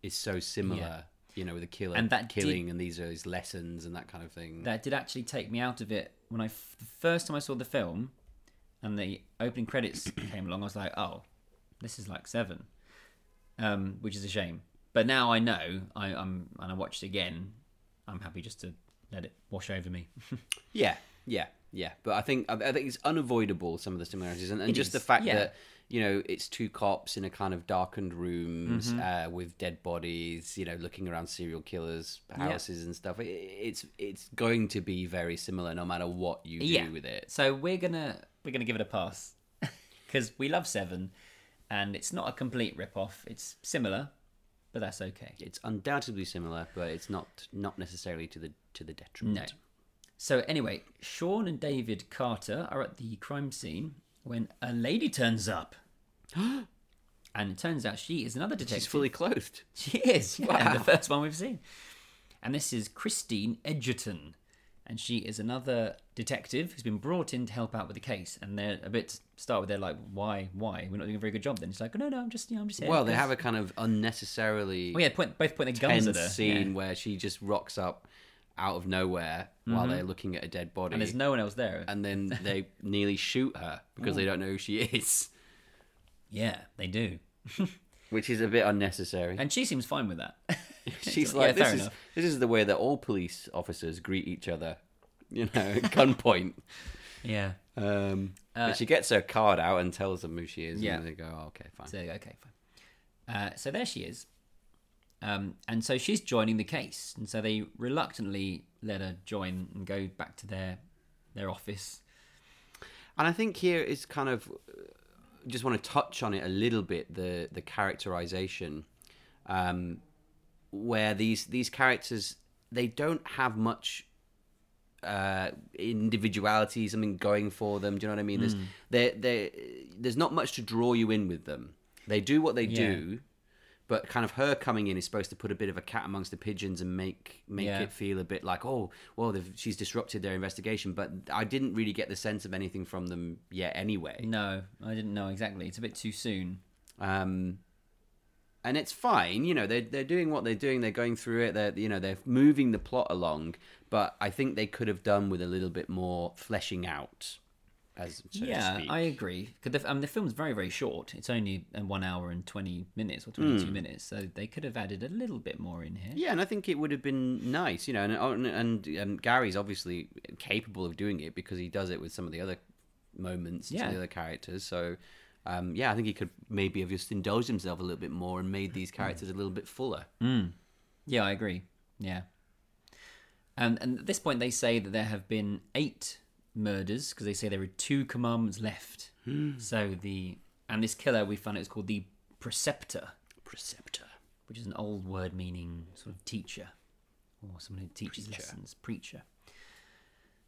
Speaker 4: is so similar. You know, with the killer
Speaker 3: And
Speaker 4: and
Speaker 3: that
Speaker 4: that
Speaker 3: did-
Speaker 4: killing, and these are his lessons and that kind of thing.
Speaker 3: That did actually take me out of it when I f- the first time I saw the film, and the opening credits came along. I was like, oh, this is like Seven, um, which is a shame. But now I know. I, I'm and I watched it again. I'm happy just to let it wash over me.
Speaker 4: Yeah, yeah, yeah. But I think I I think it's unavoidable some of the similarities, and, and just
Speaker 3: is,
Speaker 4: the fact
Speaker 3: yeah.
Speaker 4: that you know it's two cops in a kind of darkened rooms
Speaker 3: Mm-hmm.
Speaker 4: uh, with dead bodies, you know, looking around serial killers' houses and stuff. It, it's it's going to be very similar no matter what you do with it.
Speaker 3: So we're gonna we're gonna give it a pass because we love Seven, and it's not a complete rip off. It's similar, but that's okay.
Speaker 4: It's undoubtedly similar, but it's not not necessarily to the to the detriment.
Speaker 3: No. So anyway, Sean and David Carter are at the crime scene when a lady turns up, and it turns out she is another detective.
Speaker 4: She's fully clothed.
Speaker 3: She is. Yeah, the first one we've seen. And this is Christine Edgerton. And she is another detective who's been brought in to help out with the case. And they're a bit start with they're like, why, why? We're not doing a very good job. Then she's like, "Oh, no, no, I'm just, you know, I'm just here.
Speaker 4: Well, they
Speaker 3: because-"
Speaker 4: have a kind of unnecessarily
Speaker 3: Oh yeah, point, both point their guns
Speaker 4: tense
Speaker 3: at her.
Speaker 4: scene
Speaker 3: yeah.
Speaker 4: where she just rocks up out of nowhere while they're looking at a dead body.
Speaker 3: Mm-hmm. And there's no one else there.
Speaker 4: and then they nearly shoot her because they don't know who she is,
Speaker 3: yeah, they do.
Speaker 4: which is a bit unnecessary.
Speaker 3: And she seems fine with that.
Speaker 4: she's
Speaker 3: yeah,
Speaker 4: like,
Speaker 3: fair
Speaker 4: this, is,
Speaker 3: enough."
Speaker 4: this is the way that all police officers greet each other, you know, at gunpoint.
Speaker 3: yeah.
Speaker 4: Um, but she gets her card out and tells them who she is,
Speaker 3: Uh, Yeah.
Speaker 4: and they go, oh, okay, fine.
Speaker 3: So okay, fine. Uh, so there she is, um, and so she's joining the case, and so they reluctantly let her join and go back to their their office.
Speaker 4: And I think here is kind of uh, just want to touch on it a little bit the the characterization, um, where these these characters they don't have much uh, individuality, something going for them. Do you know what I mean? There's there there there's not much to draw you in with them. They do what they do. But kind of her coming in is supposed to put a bit of a cat amongst the pigeons and make make
Speaker 3: Yeah.
Speaker 4: it feel a bit like oh well they've, she's disrupted their investigation. But I didn't really get the sense of anything from them yet anyway.
Speaker 3: No, I didn't know exactly. It's a bit too soon.
Speaker 4: Um, and it's fine. You know, they're they're doing what they're doing. They're going through it. They're you know they're moving the plot along. But I think they could have done with a little bit more fleshing out, as so
Speaker 3: yeah,
Speaker 4: to speak.
Speaker 3: I agree. Because the, um, the film's very, very short. It's only uh, one hour and 20 minutes or 22 minutes. So they could have added a little bit more in here.
Speaker 4: Hmm. Yeah, and I think it would have been nice, you know, and and, and um, Gary's obviously capable of doing it because he does it with some of the other moments and some of
Speaker 3: Yeah.
Speaker 4: the other characters. So, um, yeah, I think he could maybe have just indulged himself a little bit more and made
Speaker 3: Mm.
Speaker 4: these characters a little bit fuller.
Speaker 3: Yeah, I agree. Yeah. And, and at this point, they say that there have been eight murders because they say there are two commandments left.
Speaker 4: Hmm.
Speaker 3: so the and this killer we found it was called the preceptor,
Speaker 4: Preceptor.
Speaker 3: which is an old word meaning sort of teacher or someone who teaches lessons, preacher.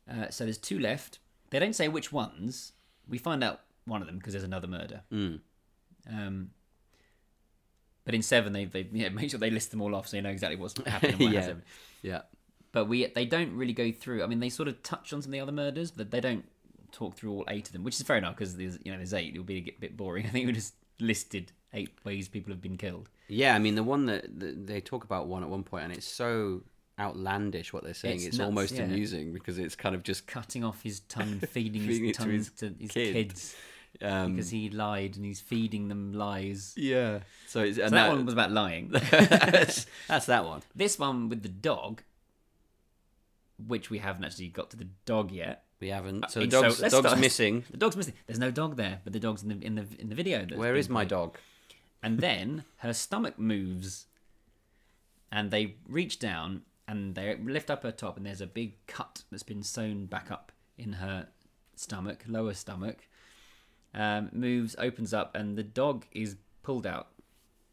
Speaker 3: Uh, so there's two left. They don't say which ones. We find out one of them because there's another murder.
Speaker 4: Hmm.
Speaker 3: Um, but in seven, they they yeah, make sure they list them all off so you know exactly what's happened. And what
Speaker 4: Yeah.
Speaker 3: hasn't
Speaker 4: Yeah.
Speaker 3: but we they don't really go through. I mean, they sort of touch on some of the other murders, but they don't talk through all eight of them, which is fair enough because there's you know there's eight. It'll be a g- bit boring. I think we just listed eight ways people have been killed.
Speaker 4: Yeah, I mean, the one that, that they talk about one at one point, and it's so outlandish what they're saying,
Speaker 3: It's
Speaker 4: it's,
Speaker 3: nuts,
Speaker 4: almost
Speaker 3: yeah.
Speaker 4: amusing because it's kind of just.
Speaker 3: Cutting off his tongue, and feeding
Speaker 4: Feeding
Speaker 3: his
Speaker 4: it to
Speaker 3: tongue
Speaker 4: his
Speaker 3: to his
Speaker 4: kid.
Speaker 3: kids
Speaker 4: Um,
Speaker 3: because he lied and he's feeding them lies.
Speaker 4: yeah. So, it's, and
Speaker 3: So that one was about lying.
Speaker 4: that's, that's that one.
Speaker 3: this one with the dog, which we haven't actually got to the dog yet.
Speaker 4: We haven't. So the
Speaker 3: It's-
Speaker 4: dog's,
Speaker 3: let's
Speaker 4: dog's
Speaker 3: start-
Speaker 4: missing.
Speaker 3: The dog's missing. There's no dog there, but the dog's in the in the in the video. that's
Speaker 4: Where
Speaker 3: been
Speaker 4: is my
Speaker 3: played.
Speaker 4: dog?
Speaker 3: and then her stomach moves and they reach down and they lift up her top and there's a big cut that's been sewn back up in her stomach lower stomach um, moves opens up and the dog is pulled out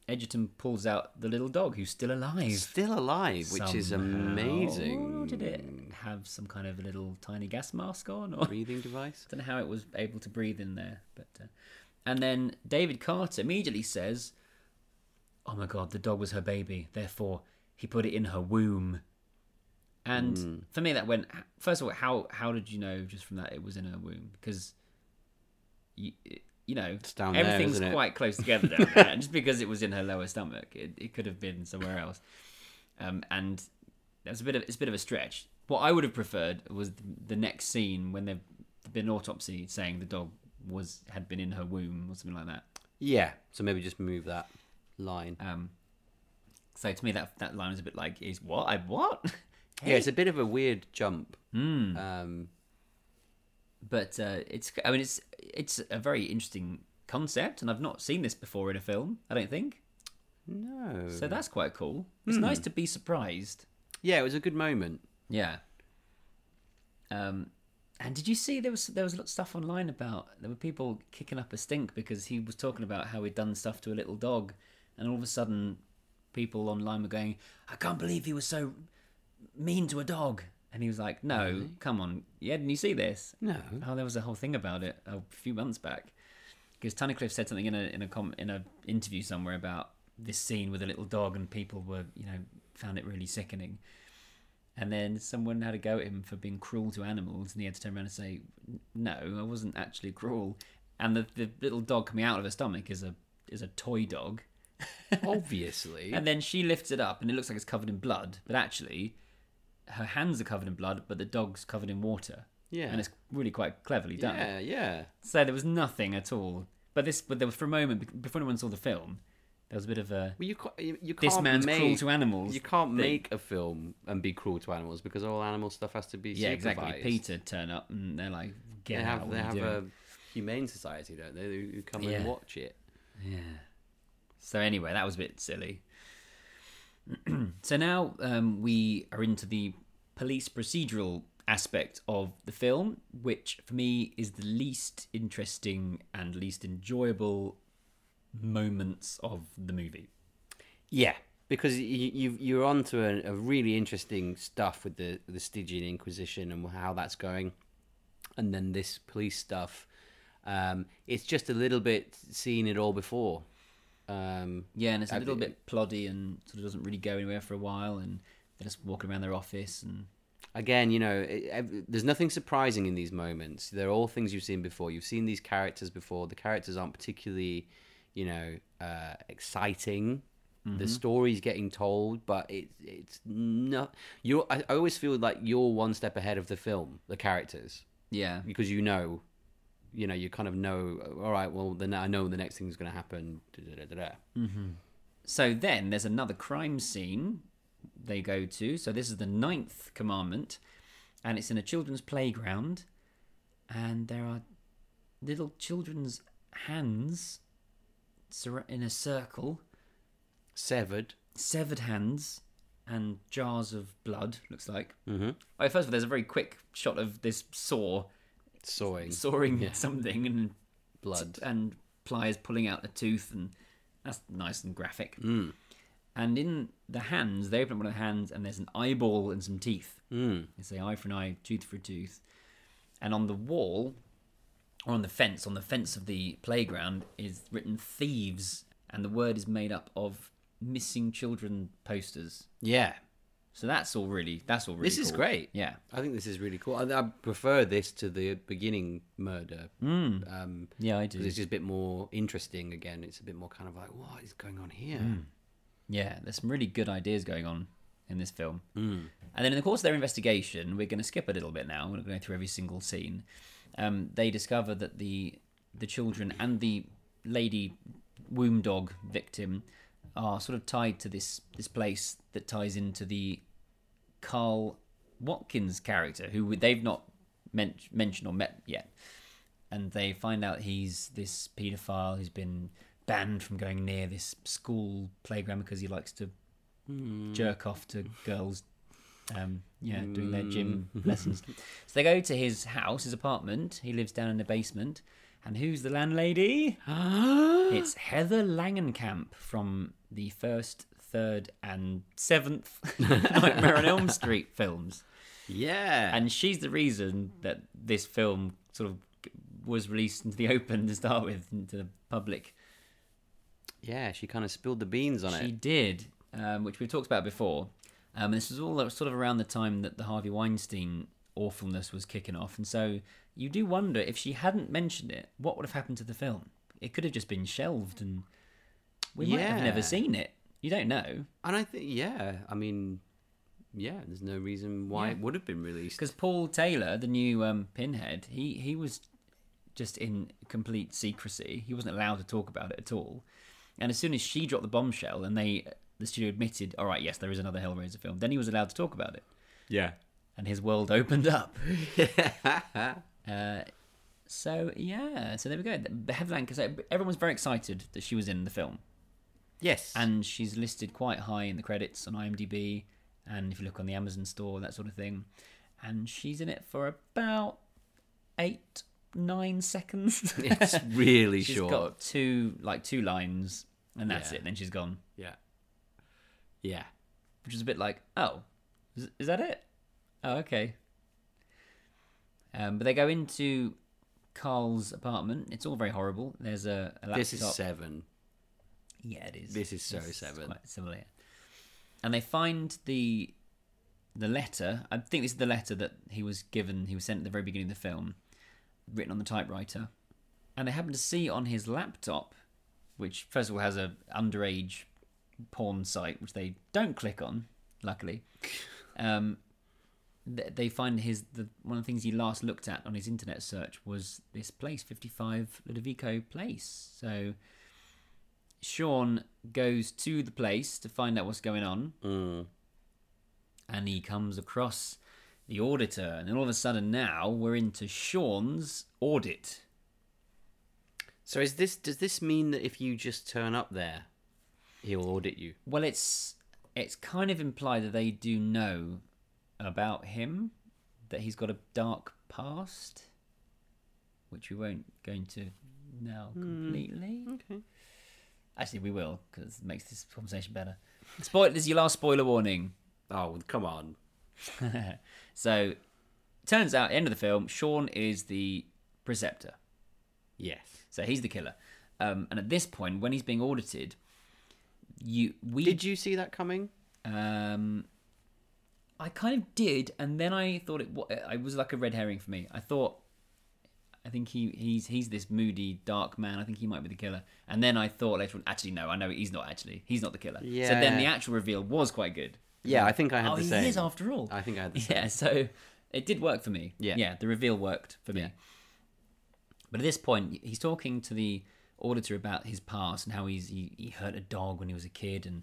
Speaker 3: edgerton pulls out the little dog who's still alive
Speaker 4: Still alive, which is
Speaker 3: somehow.
Speaker 4: amazing.
Speaker 3: did it have some kind of little tiny gas mask on or
Speaker 4: Breathing device.
Speaker 3: don't know how it was able to breathe in there, but uh, and then David Carter immediately says, "Oh my God, the dog was her baby. Therefore, he put it in her womb." And
Speaker 4: Hmm.
Speaker 3: for me, that went first of all. How how did you know just from that it was in her womb? Because you you know
Speaker 4: down there,
Speaker 3: everything's
Speaker 4: isn't it?
Speaker 3: quite close together down there. And just because it was in her lower stomach, it, it could have been somewhere else. Um, and that's a bit of it's a bit of a stretch. What I would have preferred was the next scene when they've been autopsy saying the dog was had been in her womb or something like that.
Speaker 4: Yeah. So maybe just move that line.
Speaker 3: Um, so to me, that that line is a bit like is what I what,
Speaker 4: Yeah, it's a bit of a weird jump.
Speaker 3: Hmm.
Speaker 4: Um,
Speaker 3: but uh, it's I mean it's it's a very interesting concept, and I've not seen this before in a film. I don't think
Speaker 4: no.
Speaker 3: so. That's quite cool. It's nice to be surprised.
Speaker 4: Yeah, it was a good moment.
Speaker 3: Yeah. Um, and did you see there was there was a lot of stuff online about there were people kicking up a stink because he was talking about how he'd done stuff to a little dog, and all of a sudden, people online were going, "I can't believe he was so mean to a dog." And he was like, "No, come on, yeah, didn't you see this?"
Speaker 4: No.
Speaker 3: Oh, there was a whole thing about it a few months back because Tunnicliffe said something in a in a com- in a interview somewhere about this scene with a little dog, and people were you know found it really sickening. And then someone had a go at him for being cruel to animals, and he had to turn around and say, "No, I wasn't actually cruel." And the, the little dog coming out of her stomach is a is a toy dog,
Speaker 4: Obviously.
Speaker 3: and then she lifts it up, and it looks like it's covered in blood, but actually, her hands are covered in blood, but the dog's covered in water.
Speaker 4: Yeah.
Speaker 3: and it's really quite cleverly done.
Speaker 4: yeah, yeah.
Speaker 3: So there was nothing at all. But this, but there was for a moment be- before anyone saw the film, there was a bit of a
Speaker 4: Well, you, ca- you, you can't
Speaker 3: this man's
Speaker 4: make,
Speaker 3: cruel to animals.
Speaker 4: You can't make a film and be cruel to animals because all animal stuff has to be
Speaker 3: yeah, exactly.
Speaker 4: supervised.
Speaker 3: Peter turn up and they're like,
Speaker 4: They
Speaker 3: get out.
Speaker 4: have,
Speaker 3: what
Speaker 4: they
Speaker 3: are you
Speaker 4: have
Speaker 3: doing?"
Speaker 4: a humane society, don't they? Who who come
Speaker 3: Yeah.
Speaker 4: and watch it.
Speaker 3: So anyway, that was a bit silly. so now um, we are into the police procedural aspect of the film, which for me is the least interesting and least enjoyable moments of the movie.
Speaker 4: Yeah, because you, you you're on to a, a really interesting stuff with the the Stygian Inquisition and how that's going, and then this police stuff. Um, it's just a little bit seen it all before. Um,
Speaker 3: Yeah, and it's a
Speaker 4: Uh,
Speaker 3: little
Speaker 4: it-
Speaker 3: bit ploddy and sort of doesn't really go anywhere for a while, and they're just walking around their office and
Speaker 4: again, you know, it, ev- there's nothing surprising in these moments. They're all things you've seen before. You've seen these characters before. The characters aren't particularly, you know, uh, exciting. The story's getting told, but it, it's not. You're. I, I always feel like you're one step ahead of the film, the characters,
Speaker 3: Yeah.
Speaker 4: because you know, you know, you kind of know. uh, All right, well, then I know the next thing's going to happen. Da, da, da, da, da.
Speaker 3: So then there's another crime scene they go to. So this is the ninth commandment, and it's in a children's playground, and there are little children's hands sur- in a circle,
Speaker 4: Severed.
Speaker 3: severed hands, and jars of blood. Looks like. Mm-hmm. Oh, first of all, there's a very quick shot of this saw
Speaker 4: Sawing.
Speaker 3: sawing something and
Speaker 4: blood.
Speaker 3: and pliers pulling out a tooth and that's nice and graphic
Speaker 4: Mm.
Speaker 3: and in the hands they open up one of the hands and there's an eyeball and some teeth mm. it's a eye for an eye tooth for a tooth and on the wall or on the fence on the fence of the playground is written thieves and the word is made up of missing children posters
Speaker 4: Yeah.
Speaker 3: so that's all really that's all really
Speaker 4: This is
Speaker 3: cool.
Speaker 4: great.
Speaker 3: yeah
Speaker 4: I think this is really cool. I, I prefer this to the beginning murder.
Speaker 3: Hmm.
Speaker 4: Um,
Speaker 3: yeah i
Speaker 4: 'cause
Speaker 3: do
Speaker 4: it's just a bit more interesting again. It's a bit more kind of like, what is going on here?
Speaker 3: Hmm. Yeah, there's some really good ideas going on in this film. And then in the course of their investigation, we're going to skip a little bit now. We're not going through every single scene. Um, they discover that the the children and the lady womb dog victim are sort of tied to this this place that ties into the Carl Watkins character, who they've not men- mentioned or met yet. And they find out he's this paedophile who's been banned from going near this school playground because he likes to jerk off to girls, um, yeah, doing their gym lessons. So they go to his house, his apartment. He lives down in the basement. And who's the landlady? it's Heather Langenkamp from the first, third, and seventh Nightmare on Elm Street films.
Speaker 4: Yeah.
Speaker 3: And she's the reason that this film sort of was released into the open to start with, into the public.
Speaker 4: yeah, she kind of spilled the beans on
Speaker 3: She
Speaker 4: it.
Speaker 3: did, um, which we've talked about before. Um, this was all sort of around the time that the Harvey Weinstein awfulness was kicking off, and so you do wonder if she hadn't mentioned it, what would have happened to the film? It could have just been shelved, and we might have never
Speaker 4: Yeah.
Speaker 3: seen it. You don't know,
Speaker 4: And I think, yeah, I mean, yeah, there's no reason why
Speaker 3: Yeah.
Speaker 4: it would have been released.
Speaker 3: because Paul Taylor, the new um, Pinhead, he he was just in complete secrecy. He wasn't allowed to talk about it at all. And as soon as she dropped the bombshell, and they the studio admitted, all right, yes, there is another Hellraiser film, then he was allowed to talk about it.
Speaker 4: Yeah.
Speaker 3: and his world opened up. uh, so yeah, so there we go. The Heather so everyone's very excited that she was in the film,
Speaker 4: Yes.
Speaker 3: and she's listed quite high in the credits on IMDb, and if you look on the Amazon store, that sort of thing. And she's in it for about eight, nine seconds.
Speaker 4: it's really
Speaker 3: she's
Speaker 4: short.
Speaker 3: got two, like two lines, and that's
Speaker 4: Yeah.
Speaker 3: it. Then she's gone,
Speaker 4: Yeah. Yeah.
Speaker 3: which is a bit like, oh, is, is that it? Oh, okay. Um, but they go into Carl's apartment. It's all very horrible. There's a, a laptop.
Speaker 4: This is seven.
Speaker 3: yeah, it is.
Speaker 4: this is so
Speaker 3: It's
Speaker 4: seven.
Speaker 3: Quite similar. yeah. And they find the the letter. I think this is the letter that he was given. He was sent at the very beginning of the film, written on the typewriter. And they happen to see on his laptop, which first of all has a underage porn site, which they don't click on, luckily. Um, th- they find his the one of the things he last looked at on his internet search was this place, fifty five Ludovico Place. So Sean goes to the place to find out what's going on, and he comes across the auditor, and then all of a sudden now we're into Sean's audit.
Speaker 4: So is this? Does this mean that if you just turn up there, he'll audit you?
Speaker 3: Well, it's it's kind of implied that they do know about him, that he's got a dark past, which we won't go into now completely. Okay. Actually, we will because it makes this conversation better. Spoil this is your last spoiler warning.
Speaker 4: Oh, well, come on.
Speaker 3: So, turns out, end of the film, Sean is the preceptor.
Speaker 4: Yes.
Speaker 3: So he's the killer. Um, and at this point, when he's being audited, you we
Speaker 4: Did you see that coming?
Speaker 3: Um, I kind of did, and then I thought it. wa- It was like a red herring for me. I thought I think he, he's he's this moody, dark man. I think he might be the killer. And then I thought later on, actually, no, I know he's not. Actually, he's not the killer. So then
Speaker 4: Yeah.
Speaker 3: the actual reveal was quite good.
Speaker 4: Yeah, I think I had
Speaker 3: oh,
Speaker 4: the
Speaker 3: he
Speaker 4: same.
Speaker 3: is after all.
Speaker 4: I think I had the same.
Speaker 3: yeah. So it did work for me.
Speaker 4: Yeah.
Speaker 3: yeah. The reveal worked for me. But at this point, he's talking to the auditor about his past and how he's he, he hurt a dog when he was a kid, and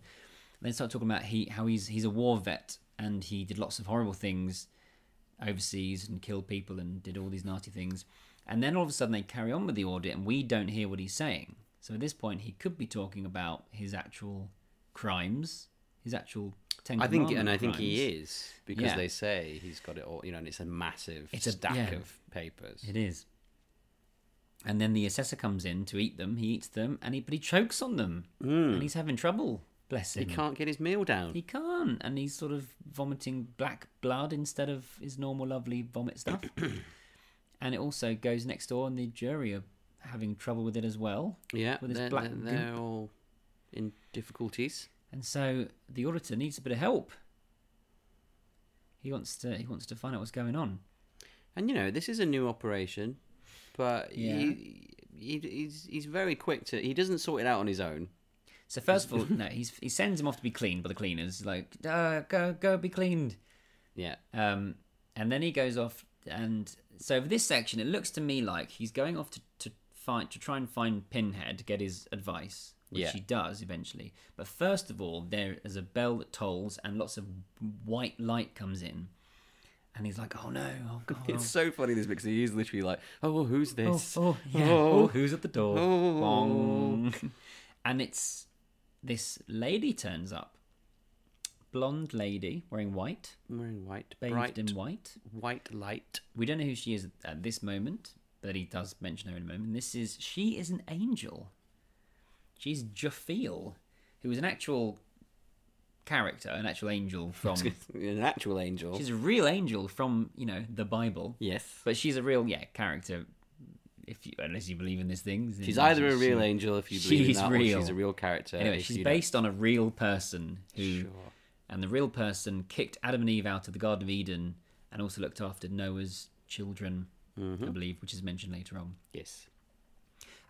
Speaker 3: then start talking about he how he's he's a war vet and he did lots of horrible things overseas and killed people and did all these nasty things. And then all of a sudden they carry on with the audit and we don't hear what he's saying. So at this point he could be talking about his actual crimes, his actual Ten
Speaker 4: I think, and
Speaker 3: Commandment
Speaker 4: I think he
Speaker 3: crimes.
Speaker 4: is because
Speaker 3: Yeah.
Speaker 4: they say he's got it all. You know, and it's a massive
Speaker 3: It's a-
Speaker 4: stack
Speaker 3: yeah.
Speaker 4: of papers.
Speaker 3: It is. And then the assessor comes in to eat them. He eats them, and he but he chokes on them, and he's having trouble. Bless
Speaker 4: Hmm. He
Speaker 3: him.
Speaker 4: can't get his meal down.
Speaker 3: He can't, and he's sort of vomiting black blood instead of his normal lovely vomit stuff. and it also goes next door, and the jury are having trouble with it as well.
Speaker 4: yeah,
Speaker 3: with his
Speaker 4: they're,
Speaker 3: black
Speaker 4: they're, they're
Speaker 3: goop.
Speaker 4: all in difficulties.
Speaker 3: And so the auditor needs a bit of help. He wants to he wants to find out what's going on.
Speaker 4: And you know, this is a new operation, but
Speaker 3: Yeah.
Speaker 4: he, he he's he's very quick to. He doesn't sort it out on his own.
Speaker 3: So first of all, no, he's, he sends him off to be cleaned by the cleaners. Like, uh, go go be cleaned.
Speaker 4: Yeah,
Speaker 3: Um, and then he goes off, and so for this section, it looks to me like he's going off to, to find to try and find Pinhead to get his advice, which
Speaker 4: Yeah.
Speaker 3: he does eventually. But first of all, there is a bell that tolls, and lots of white light comes in, and he's like, "Oh no! Oh god!
Speaker 4: it's so funny this because he is literally like, oh, who's
Speaker 3: oh,
Speaker 4: this?
Speaker 3: oh, yeah.
Speaker 4: Oh.
Speaker 3: oh, who's at the door?
Speaker 4: Oh.
Speaker 3: Bong. and it's this lady turns up, blonde lady wearing white,
Speaker 4: Wearing white,
Speaker 3: bathed
Speaker 4: bright
Speaker 3: in white.
Speaker 4: white light.
Speaker 3: We don't know who she is at this moment, but he does mention her in a moment. This is she is an angel. She's Jafiel, who is an actual character, an actual angel from.
Speaker 4: An actual angel.
Speaker 3: she's a real angel from you know the Bible,
Speaker 4: yes,
Speaker 3: but she's a real yeah character. If you, unless you believe in these things, then
Speaker 4: she's either a real
Speaker 3: she-
Speaker 4: angel if you believe in
Speaker 3: she's
Speaker 4: that, or
Speaker 3: real.
Speaker 4: she's a real character.
Speaker 3: Anyway,
Speaker 4: if
Speaker 3: she's
Speaker 4: you don't.
Speaker 3: based on a real person who,
Speaker 4: Sure.
Speaker 3: and the real person kicked Adam and Eve out of the Garden of Eden, and also looked after Noah's children,
Speaker 4: Mm-hmm.
Speaker 3: I believe, which is mentioned later on.
Speaker 4: Yes.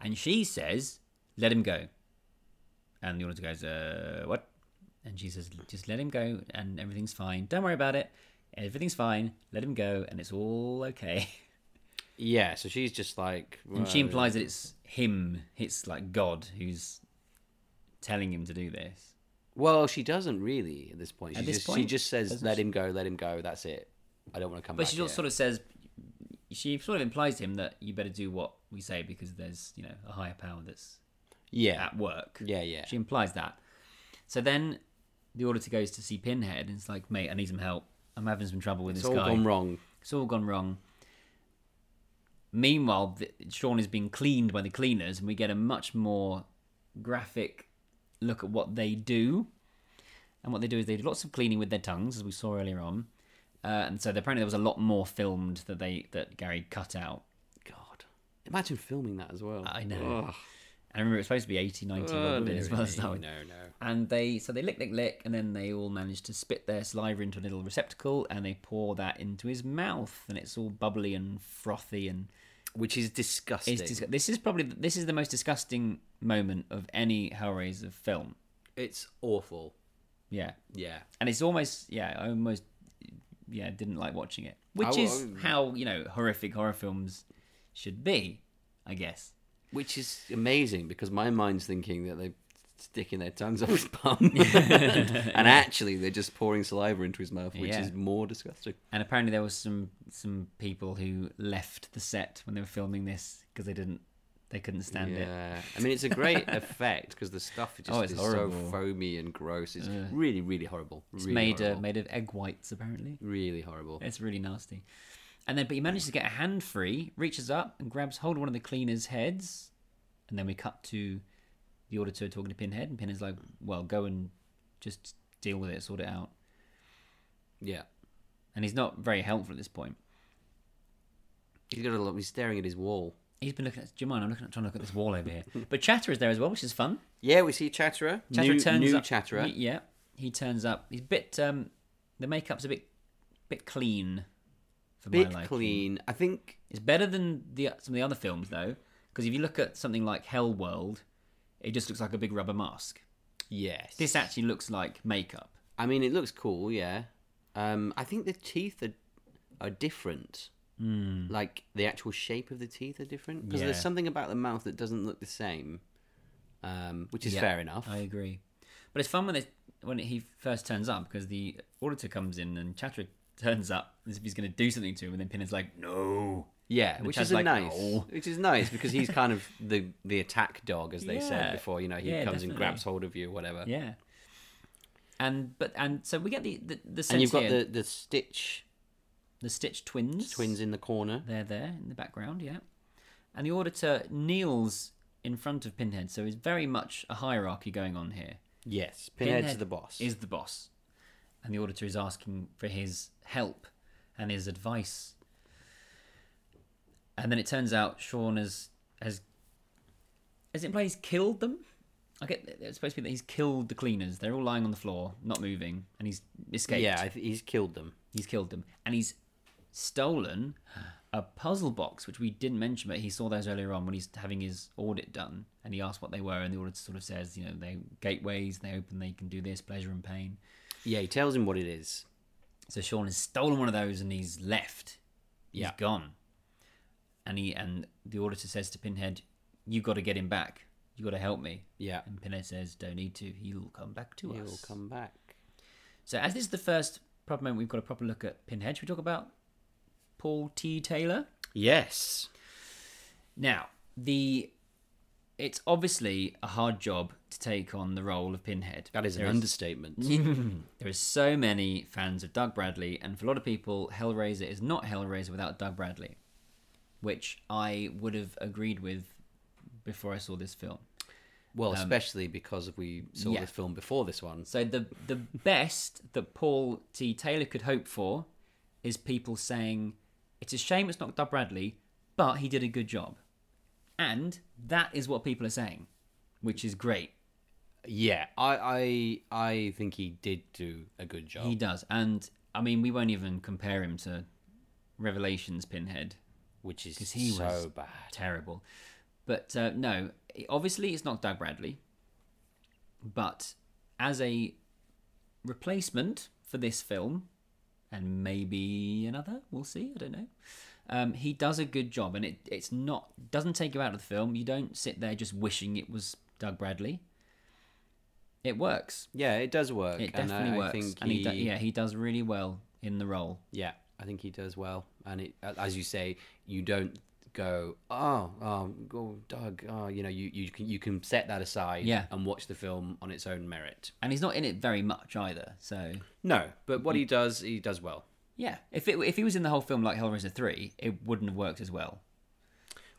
Speaker 3: And she says, let him go. And the auditor goes, uh, what? And she says, just let him go and everything's fine. Don't worry about it. Everything's fine. Let him go and it's all okay.
Speaker 4: Yeah, so she's just like.
Speaker 3: And she
Speaker 4: well,
Speaker 3: implies that it's him, it's like God who's telling him to do this.
Speaker 4: Well, she doesn't really at this point. She,
Speaker 3: At this
Speaker 4: just, she
Speaker 3: point,
Speaker 4: just says,
Speaker 3: doesn't
Speaker 4: "Let
Speaker 3: she?
Speaker 4: him go, let him go." That's it. I don't want to come
Speaker 3: But
Speaker 4: back.
Speaker 3: she
Speaker 4: here.
Speaker 3: sort of says, she sort of implies to him that you better do what we say because there's, you know, a higher power that's
Speaker 4: yeah,
Speaker 3: at work.
Speaker 4: yeah, yeah.
Speaker 3: She implies that. So then the auditor goes to see Pinhead and it's like, mate, I need some help. I'm having some trouble with
Speaker 4: it's
Speaker 3: this
Speaker 4: all
Speaker 3: guy.
Speaker 4: gone wrong.
Speaker 3: It's all gone wrong. Meanwhile, th Sean is being cleaned by the cleaners, and we get a much more graphic look at what they do. And what they do is they do lots of cleaning with their tongues, as we saw earlier on. Uh, and so apparently there was a lot more filmed that they that Gary cut out.
Speaker 4: God, imagine filming that as well.
Speaker 3: I know. And I remember it was supposed to be 80, 90 odd minutes by the
Speaker 4: Oh, no,
Speaker 3: start.
Speaker 4: no.
Speaker 3: And they so they lick, lick, lick, and then they all manage to spit their saliva into a little receptacle, and they pour that into his mouth, and it's all bubbly and frothy, and
Speaker 4: Which is disgusting.
Speaker 3: it's dis- this is probably this is the most disgusting moment of any Hellraiser film.
Speaker 4: It's awful.
Speaker 3: Yeah,
Speaker 4: Yeah.
Speaker 3: and it's almost yeah, I almost yeah didn't like watching it,
Speaker 4: I
Speaker 3: which
Speaker 4: w-
Speaker 3: is how you know horrific horror films should be, I guess.
Speaker 4: Which is amazing because my mind's thinking that they're sticking their tongues up his bum, and actually they're just pouring saliva into his mouth, which
Speaker 3: Yeah.
Speaker 4: is more disgusting.
Speaker 3: And apparently there was some some people who left the set when they were filming this because they didn't they couldn't stand it.
Speaker 4: Yeah, I mean it's a great effect because the stuff just
Speaker 3: Oh, it's
Speaker 4: is so
Speaker 3: horrible.
Speaker 4: foamy and gross. It's really, really horrible.
Speaker 3: It's
Speaker 4: really
Speaker 3: made uh,
Speaker 4: horrible.
Speaker 3: made of egg whites apparently.
Speaker 4: really horrible.
Speaker 3: It's really nasty. And then, but he manages to get a hand free, reaches up and grabs hold of one of the cleaners' heads, and then we cut to the auditor talking to Pinhead, and Pinhead's like, "Well, go and just deal with it, sort it out."
Speaker 4: Yeah,
Speaker 3: And he's not very helpful at this point.
Speaker 4: he's got a lot. He's staring at his wall.
Speaker 3: He's been looking at. Do you mind? I'm looking at trying to look at this wall over here. But Chatter is there as well, which is fun.
Speaker 4: Yeah, we see Chatterer.
Speaker 3: Chatterer
Speaker 4: new,
Speaker 3: turns
Speaker 4: new
Speaker 3: up.
Speaker 4: Chatterer.
Speaker 3: y- Yeah, he turns up. He's a bit. Um, the makeup's a bit, bit clean. for my
Speaker 4: Bit
Speaker 3: liking.
Speaker 4: clean. I think
Speaker 3: It's better than the some of the other films though, because if you look at something like Hell World, it just looks like a big rubber mask.
Speaker 4: yes.
Speaker 3: This actually looks like makeup.
Speaker 4: I mean, it looks cool. Yeah. Um, I think the teeth are are different. Mm. Like the actual shape of the teeth are different because there's
Speaker 3: Hmm. Yeah.
Speaker 4: something about the mouth that doesn't look the same. Um, which is
Speaker 3: Yeah,
Speaker 4: fair enough.
Speaker 3: I agree. But it's fun when it when he first turns up because the auditor comes in and Chatra turns up as if he's going to do something to him, and then Pinner's like, "No."
Speaker 4: Yeah,
Speaker 3: And
Speaker 4: which
Speaker 3: Chad's
Speaker 4: is a
Speaker 3: like,
Speaker 4: nice,
Speaker 3: "Oh."
Speaker 4: which is nice because he's kind of the the attack dog, as they
Speaker 3: Yeah.
Speaker 4: said before. You know, he
Speaker 3: Yeah,
Speaker 4: comes
Speaker 3: definitely.
Speaker 4: and grabs hold of you, or whatever.
Speaker 3: Yeah. And but and so we get the the, the sense
Speaker 4: and you've got
Speaker 3: here,
Speaker 4: the the Stitch
Speaker 3: the Stitch twins.
Speaker 4: twins in the corner.
Speaker 3: They're there in the background, yeah. And the auditor kneels in front of Pinhead, so there's very much a hierarchy going on here.
Speaker 4: Yes, Pinhead's the boss.
Speaker 3: Is the boss. And the auditor is asking for his help and his advice. And then it turns out Sean has has has it implied he's killed them? I get it's supposed to be that he's killed the cleaners. They're all lying on the floor, not moving, and he's escaped.
Speaker 4: yeah, I th- he's killed them.
Speaker 3: He's killed them. And he's stolen a puzzle box, which we didn't mention, but he saw those earlier on when he's having his audit done. And he asked what they were, and the auditor sort of says, you know, they gateways, they open, they can do this, pleasure and pain.
Speaker 4: Yeah, he tells him what it is.
Speaker 3: So Sean has stolen one of those and he's left. He's
Speaker 4: Yeah.
Speaker 3: gone. And he and the auditor says to Pinhead, You gotta get him back. You gotta help me.
Speaker 4: Yeah,
Speaker 3: And Pinhead says, Don't need to, he'll come back to
Speaker 4: he'll
Speaker 3: us.
Speaker 4: come back.
Speaker 3: So as this is the first proper moment we've got a proper look at Pinhead, should we talk about Paul T. Taylor?
Speaker 4: Yes.
Speaker 3: Now, the it's obviously a hard job to take on the role of Pinhead.
Speaker 4: That is an
Speaker 3: There Mm-hmm.
Speaker 4: understatement.
Speaker 3: there are so many fans of Doug Bradley, and for a lot of people, Hellraiser is not Hellraiser without Doug Bradley, which I would have agreed with before I saw this film.
Speaker 4: Well, especially because we saw
Speaker 3: Um, yeah.
Speaker 4: this film before this one.
Speaker 3: So the the best that Paul T. Taylor could hope for is people saying, "It's a shame it's not Doug Bradley, but he did a good job," and that is what people are saying, which is great.
Speaker 4: Yeah, I I I think he did do a good job.
Speaker 3: He does, and I mean, we won't even compare him to Revelations Pinhead.
Speaker 4: which is
Speaker 3: 'Cause he
Speaker 4: so
Speaker 3: was-
Speaker 4: bad.
Speaker 3: terrible. But uh, no, obviously it's not Doug Bradley. But as a replacement for this film, and maybe another, we'll see. I don't know. Um, he does a good job, and it it's not doesn't take you out of the film. You don't sit there just wishing it was Doug Bradley. It works.
Speaker 4: Yeah, it does work.
Speaker 3: It definitely
Speaker 4: and I,
Speaker 3: works,
Speaker 4: I think
Speaker 3: and he, do-
Speaker 4: he-
Speaker 3: yeah he does really well in the role.
Speaker 4: Yeah, I think he does well, and it, as you say, you don't go, oh, oh, go, Doug, oh, you know, you, you can you can set that aside,
Speaker 3: Yeah.
Speaker 4: and watch the film on its own merit.
Speaker 3: And he's not in it very much either. So
Speaker 4: No, but what he
Speaker 3: Mm-hmm.
Speaker 4: does, he does well.
Speaker 3: Yeah, if it, if he was in the whole film like Hellraiser three, it wouldn't have worked as well.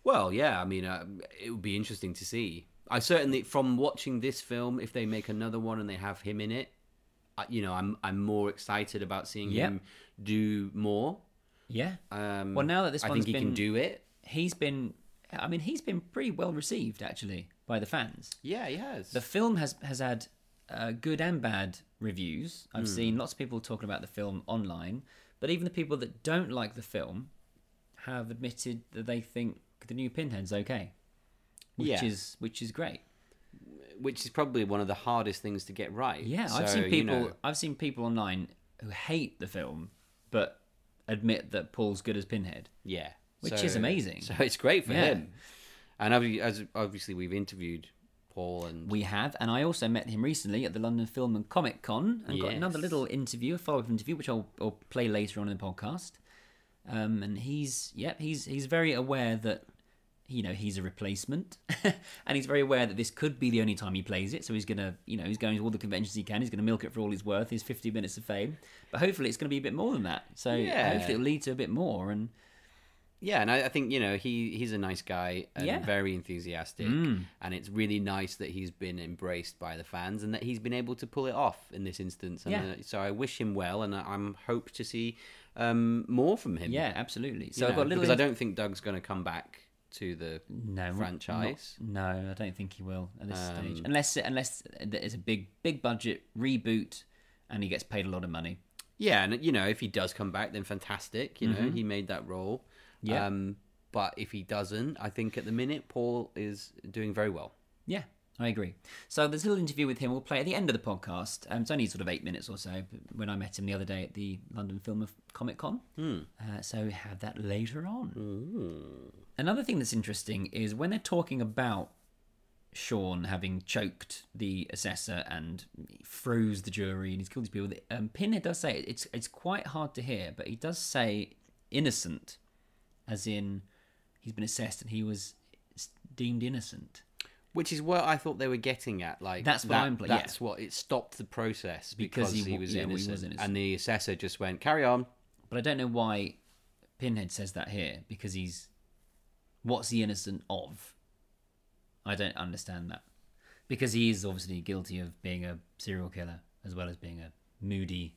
Speaker 4: Well, yeah, I mean, uh, it would be interesting to see. I certainly, from watching this film, if they make another one and they have him in it, I, you know, I'm I'm more excited about seeing
Speaker 3: Yeah.
Speaker 4: him do more.
Speaker 3: Yeah,
Speaker 4: Um,
Speaker 3: Well, now that this
Speaker 4: I
Speaker 3: one's
Speaker 4: think he can
Speaker 3: been-
Speaker 4: do it.
Speaker 3: Uh, he's been. I mean, he's been pretty well received actually by the fans.
Speaker 4: Yeah, he has.
Speaker 3: The film has has had uh, good and bad reviews. I've
Speaker 4: Hmm.
Speaker 3: seen lots of people talking about the film online, but even the people that don't like the film have admitted that they think the new Pinhead's okay, which
Speaker 4: Yeah.
Speaker 3: is which is great.
Speaker 4: which is probably one of the hardest things to get right.
Speaker 3: Yeah, I've
Speaker 4: So,
Speaker 3: seen
Speaker 4: you
Speaker 3: people.
Speaker 4: know,
Speaker 3: I've seen people online who hate the film, but admit that Paul's good as Pinhead.
Speaker 4: yeah,
Speaker 3: Which is amazing.
Speaker 4: So it's great for
Speaker 3: Yeah.
Speaker 4: him. And obvi- as obviously we've interviewed Paul and
Speaker 3: We have, and I also met him recently at the London Film and Comic Con, and got
Speaker 4: Yes.
Speaker 3: another little interview, a follow-up interview, which I'll, I'll play later on in the podcast. Um, and he's, yep, he's he's very aware that you know he's a replacement, and he's very aware that this could be the only time he plays it. So he's gonna, you know, he's going to all the conventions he can. He's gonna milk it for all he's worth, his fifty minutes of fame. But hopefully, it's gonna be a bit more than that. So
Speaker 4: Yeah.
Speaker 3: hopefully, it'll lead to a bit more. And
Speaker 4: yeah, and I, I think you know he he's a nice guy and
Speaker 3: Yeah. Mm.
Speaker 4: very enthusiastic, and it's really nice that he's been embraced by the fans and that he's been able to pull it off in this instance. And
Speaker 3: Yeah.
Speaker 4: uh, so I wish him well, and I, I'm hope to see um, more from him.
Speaker 3: yeah, absolutely. So
Speaker 4: so
Speaker 3: I've got a little.
Speaker 4: because I
Speaker 3: in-
Speaker 4: don't think Doug's going to come back to the
Speaker 3: no
Speaker 4: franchise.
Speaker 3: not- no, I don't think he will at this stage,
Speaker 4: Um,
Speaker 3: unless unless it's a big big budget reboot, and he gets paid a lot of money.
Speaker 4: Yeah, and you know, if he does come back, then fantastic. You know, he made that role.
Speaker 3: Mm-hmm. Yeah.
Speaker 4: Um, but if he doesn't, I think at the minute Paul is doing very well.
Speaker 3: Yeah, I agree. So this little interview with him will play at the end of the podcast. Um, it's only sort of eight minutes or so. But when I met him the other day at the London Film of Comic Con, uh, so have that later on. Another thing that's interesting is when they're talking about Sean having choked the assessor and froze the jury and he's killed these people. Um, Pinhead does say it's it's quite hard to hear, but he does say innocent, as in he's been assessed and he was deemed innocent.
Speaker 4: Which is what I thought they were getting at. Like
Speaker 3: That's what
Speaker 4: that-
Speaker 3: I'm- yeah.
Speaker 4: That's what it stopped the process
Speaker 3: Because
Speaker 4: because,
Speaker 3: he
Speaker 4: he,
Speaker 3: wa-
Speaker 4: was,
Speaker 3: yeah, he was
Speaker 4: innocent,
Speaker 3: innocent.
Speaker 4: and the assessor just went carry on.
Speaker 3: But I don't know why Pinhead says that here because he's what's he innocent of? I don't understand that because he is obviously guilty of being a serial killer as well as being a moody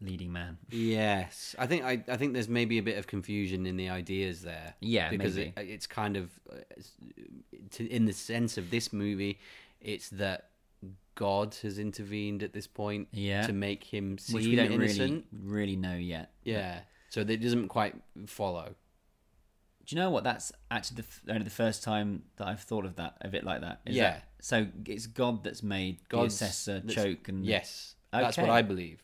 Speaker 3: leading man.
Speaker 4: Yes, I think I, I think there's maybe a bit of confusion in the ideas there.
Speaker 3: Yeah,
Speaker 4: because
Speaker 3: maybe.
Speaker 4: It, it's kind of uh, it's- to, in the sense of this movie, it's that God has intervened at this point.
Speaker 3: Yeah.
Speaker 4: to make him seem
Speaker 3: Which we don't
Speaker 4: innocent.
Speaker 3: really really know yet.
Speaker 4: Yeah, so that it doesn't quite follow.
Speaker 3: Do you know what? That's actually the f- only the first time that I've thought of that of it like that. Is
Speaker 4: Yeah.
Speaker 3: that- so it's God that's made
Speaker 4: God's-
Speaker 3: the assessor
Speaker 4: that's-
Speaker 3: choke and
Speaker 4: Yes, that's
Speaker 3: Okay.
Speaker 4: what I believe.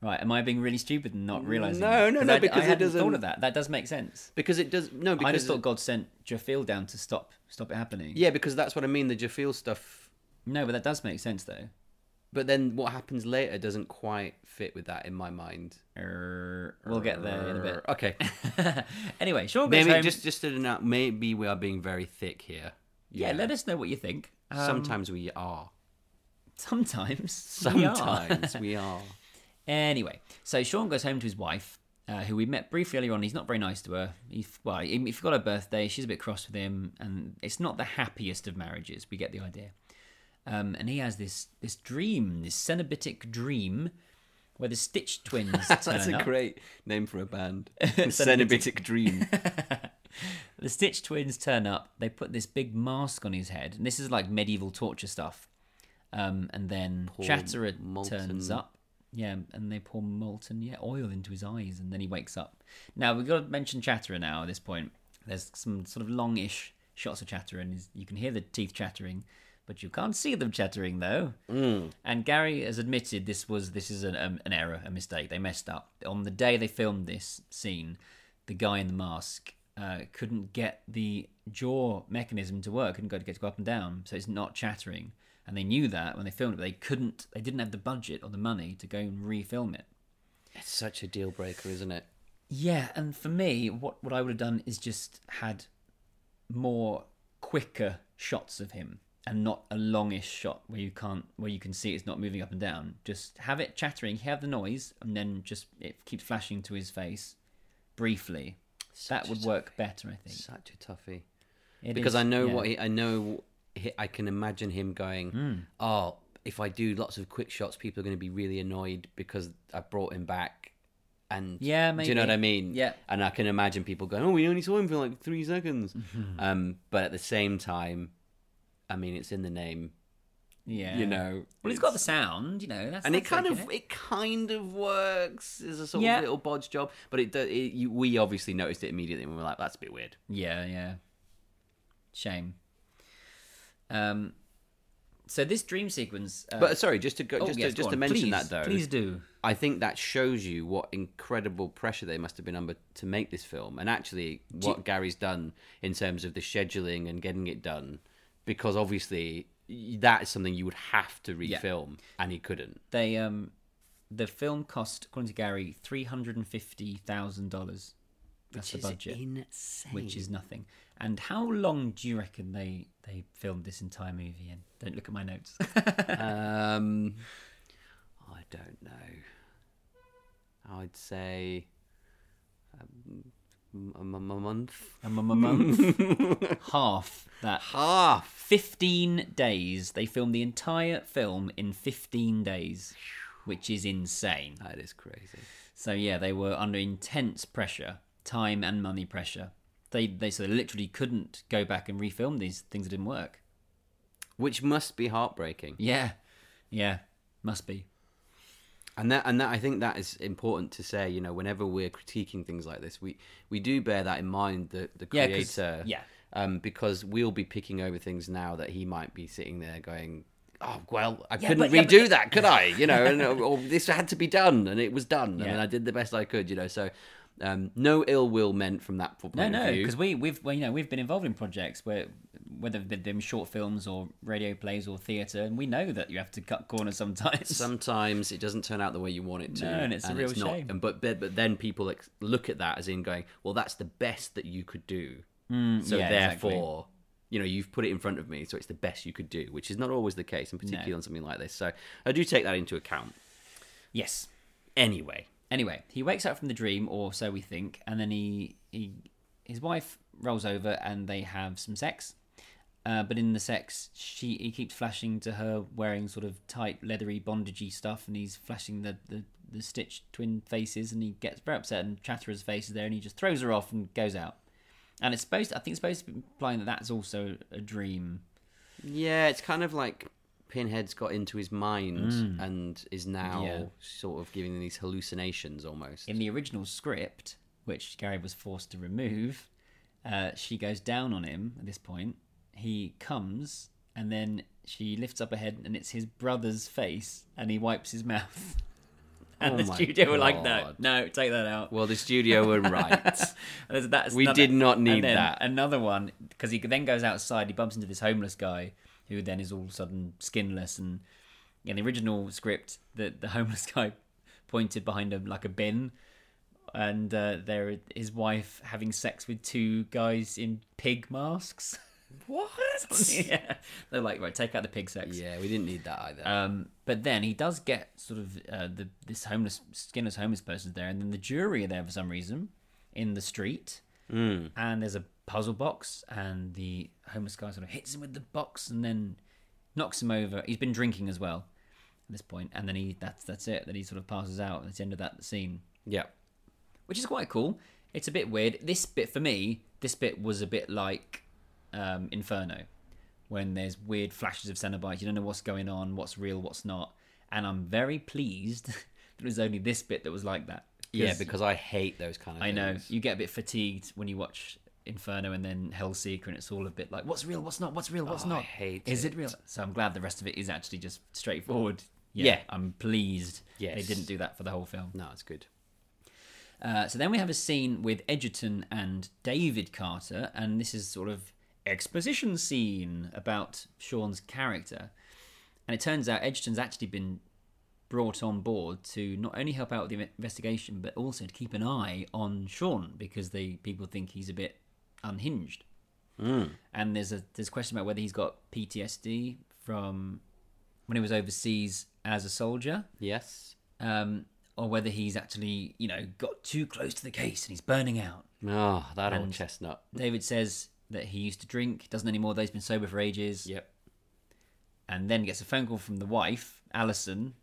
Speaker 3: Right? Am I being really stupid and not realizing?
Speaker 4: No,
Speaker 3: that?
Speaker 4: no,
Speaker 3: 'Cause
Speaker 4: no,
Speaker 3: I,
Speaker 4: because
Speaker 3: I
Speaker 4: it
Speaker 3: hadn't thought
Speaker 4: doesn't-
Speaker 3: of that. That does make sense.
Speaker 4: Because it does no. Because
Speaker 3: I just thought God sent Jafiel down to stop stop it happening.
Speaker 4: yeah, because that's what I mean. The Jafil stuff,
Speaker 3: No, but that does make sense though.
Speaker 4: but then what happens later doesn't quite fit with that in my mind.
Speaker 3: Er, we'll get there in a bit.
Speaker 4: Okay.
Speaker 3: anyway, Sean goes
Speaker 4: Maybe
Speaker 3: home.
Speaker 4: just just to note, maybe we are being very thick here.
Speaker 3: yeah, let us know what you think. Um,
Speaker 4: Sometimes we are.
Speaker 3: sometimes, we are.
Speaker 4: Sometimes we are.
Speaker 3: Anyway, so Sean goes home to his wife, uh, who we met briefly earlier on. He's not very nice to her. He, well, he he forgot her birthday. She's a bit cross with him, and it's not the happiest of marriages. We get the idea. Um, and he has this this dream, this cenobitic dream, where the Stitch twins.
Speaker 4: That's
Speaker 3: turn
Speaker 4: a
Speaker 3: up.
Speaker 4: great name for a band. Cenobitic Dream.
Speaker 3: The Stitch twins turn up. They put this big mask on his head, and this is like medieval torture stuff. Um, and then Chatterer turns
Speaker 4: molten-
Speaker 3: up. Yeah, and they pour molten yeah oil into his eyes, and then he wakes up. Now we've got to mention Chatterer now at this point. There's some sort of longish shots of Chatterer, and he's- you can hear the teeth chattering, but you can't see them chattering though. And Gary has admitted this was this is an, um, an error, a mistake. They messed up on the day they filmed this scene. The guy in the mask uh, couldn't get the jaw mechanism to work, couldn't go to get to go up and down, so it's not chattering. And they knew that when they filmed it, but they couldn't. They didn't have the budget or the money to go and refilm it.
Speaker 4: It's such a deal breaker, isn't it?
Speaker 3: Yeah, and for me, what what I would have done is just had more quicker shots of him, and not a longish shot where you can't where you can see it's not moving up and down. Just have it chattering, have the noise, and then just it keeps flashing to his face briefly. that would work better, I think.
Speaker 4: Such a toughie.
Speaker 3: It
Speaker 4: Because
Speaker 3: is-
Speaker 4: I know
Speaker 3: yeah. Hmm.
Speaker 4: what he, I know. He, I can imagine him going, "Oh, if I do lots of quick shots, people are going to be really annoyed because I brought him back." And
Speaker 3: Yeah,
Speaker 4: do you know what I
Speaker 3: maybe.
Speaker 4: mean?
Speaker 3: Yeah.
Speaker 4: And I can imagine people going, "Oh, we only saw him for like three seconds." Um, but at the same time, I mean, it's in the name,
Speaker 3: yeah,
Speaker 4: you know.
Speaker 3: Well, he's got the sound, you know. That's,
Speaker 4: and it
Speaker 3: that's
Speaker 4: kind
Speaker 3: okay.
Speaker 4: of it kind of works as a sort
Speaker 3: Yeah.
Speaker 4: of little bodge job, but it, do- it you, we obviously noticed it immediately and we were like, "That's a bit weird."
Speaker 3: Yeah, yeah. Shame. Um, so this dream sequence. Uh,
Speaker 4: But sorry, just to go,
Speaker 3: oh,
Speaker 4: just
Speaker 3: yes,
Speaker 4: to,
Speaker 3: go
Speaker 4: just to
Speaker 3: on.
Speaker 4: mention
Speaker 3: Please,
Speaker 4: that though,
Speaker 3: Please do.
Speaker 4: I think that shows you what incredible pressure they must have been under to make this film, and actually what Gary's done in terms of the scheduling and getting it done, because obviously y- that is something you would have to refilm, and he couldn't.
Speaker 3: They um, the film cost, according to Gary, three hundred and fifty thousand dollars. That's the budget,
Speaker 4: insane.
Speaker 3: which is nothing. And how long do you reckon they they filmed this entire movie in? Don't look at my notes.
Speaker 4: Um, I don't know. I'd say um, a m- a month,
Speaker 3: a m- m- month, half that.
Speaker 4: half.
Speaker 3: 15 days. They filmed the entire film in 15 days, which is insane.
Speaker 4: That is crazy.
Speaker 3: So yeah, they were under intense pressure, time and money pressure. They they so they literally couldn't go back and refilm these things that didn't work.
Speaker 4: Which must be heartbreaking.
Speaker 3: Yeah. Yeah. Must be.
Speaker 4: And that, and that, I think that is important to say. You know, whenever we're critiquing things like this, we we do bear that in mind. The the
Speaker 3: Yeah, 'cause-
Speaker 4: creator,
Speaker 3: yeah.
Speaker 4: um, because we'll be picking over things now that he might be sitting there going, "Oh well, I
Speaker 3: Yeah,
Speaker 4: couldn't
Speaker 3: but- yeah,
Speaker 4: redo
Speaker 3: but it-
Speaker 4: that, could I? You know, and, uh, or this had to be done, and it was done,
Speaker 3: Yeah.
Speaker 4: and I did the best I could. You know, so um, no ill will meant from that point
Speaker 3: No,
Speaker 4: of
Speaker 3: no,
Speaker 4: view.
Speaker 3: because we, we've well, you know we've been involved in projects where whether they've been short films or radio plays or theatre, and we know that you have to cut corners sometimes.
Speaker 4: sometimes it doesn't turn out the way you want it to
Speaker 3: No, and it's a real
Speaker 4: not,
Speaker 3: shame.
Speaker 4: and but but but then people ex- look at that as in going well that's the best that you could do so
Speaker 3: Mm, yeah, exactly.
Speaker 4: therefore you know you've put it in front of me so it's the best you could do which is not always the case and particularly on something like this so i do take that into account
Speaker 3: yes.
Speaker 4: anyway
Speaker 3: Anyway, he wakes up from the dream, or so we think, and then he, he his wife rolls over and they have some sex. Uh, but in the sex, she he keeps flashing to her wearing sort of tight, leathery, bondagey stuff, and he's flashing the, the, the stitched twin faces, and he gets very upset, and Chatterer's face is there, and he just throws her off and goes out. And it's supposed, I think, it's supposed to be implying that that's also a dream.
Speaker 4: yeah it's kind of like pinhead's got into his mind and is now
Speaker 3: Mm. Yeah.
Speaker 4: sort of giving these hallucinations almost
Speaker 3: In the original script, which Gary was forced to remove, uh, she goes down on him at this point. He comes and then she lifts up her head and it's his brother's face and he wipes his mouth. And
Speaker 4: Oh
Speaker 3: the
Speaker 4: my
Speaker 3: studio were like, no,
Speaker 4: God.
Speaker 3: no, take that out.
Speaker 4: well the studio were right
Speaker 3: And there's- that's
Speaker 4: We did not need
Speaker 3: and then
Speaker 4: that.
Speaker 3: Another one because he then goes outside. He bumps into this homeless guy who then is all of a sudden skinless. And in the original script, the the homeless guy pointed behind him like a bin, and uh, there his wife having sex with two guys in pig masks. What? yeah, they're like right, take out the pig sex.
Speaker 4: yeah we didn't need that either
Speaker 3: Um, but then he does get sort of uh, the this homeless, skinless homeless person's there, and then the jury are there for some reason in the street, mm. and there's a puzzle box, and the homeless guy sort of hits him with the box, and then knocks him over. He's been drinking as well at this point, and then he that's that's it. Then he sort of passes out. That's the end of that scene,
Speaker 4: yeah
Speaker 3: which is quite cool. It's a bit weird. This bit for me, this bit was a bit like um, Inferno, when there's weird flashes of Cenobites. You don't know what's going on, what's real, what's not. And I'm very pleased that it was only this bit that was like that.
Speaker 4: yeah because i hate those kind of
Speaker 3: I know
Speaker 4: things.
Speaker 3: you get a bit fatigued when you watch Inferno and then Hellseeker, and it's all a bit like, what's real, what's not, what's real, what's
Speaker 4: Oh, I
Speaker 3: not.
Speaker 4: hate
Speaker 3: is it. real? So I'm glad the rest of it is actually just straightforward. Yeah,
Speaker 4: Yeah.
Speaker 3: I'm pleased. they
Speaker 4: Yes.
Speaker 3: didn't do that for the whole film.
Speaker 4: No, it's good.
Speaker 3: Uh, so then we have a scene with Edgerton and David Carter, and this is sort of exposition scene about Sean's character. And it turns out Edgerton's actually been brought on board to not only help out with the investigation, but also to keep an eye on Sean because they people think he's a bit unhinged. And there's a there's a question about whether he's got PTSD from when he was overseas as a soldier
Speaker 4: Yes.
Speaker 3: um, or whether he's actually, you know, got too close to the case and he's burning out.
Speaker 4: Oh, that
Speaker 3: And-
Speaker 4: old chestnut.
Speaker 3: David says that he used to drink, doesn't anymore, though he's been sober for ages,
Speaker 4: Yep.
Speaker 3: and then gets a phone call from the wife, Alison,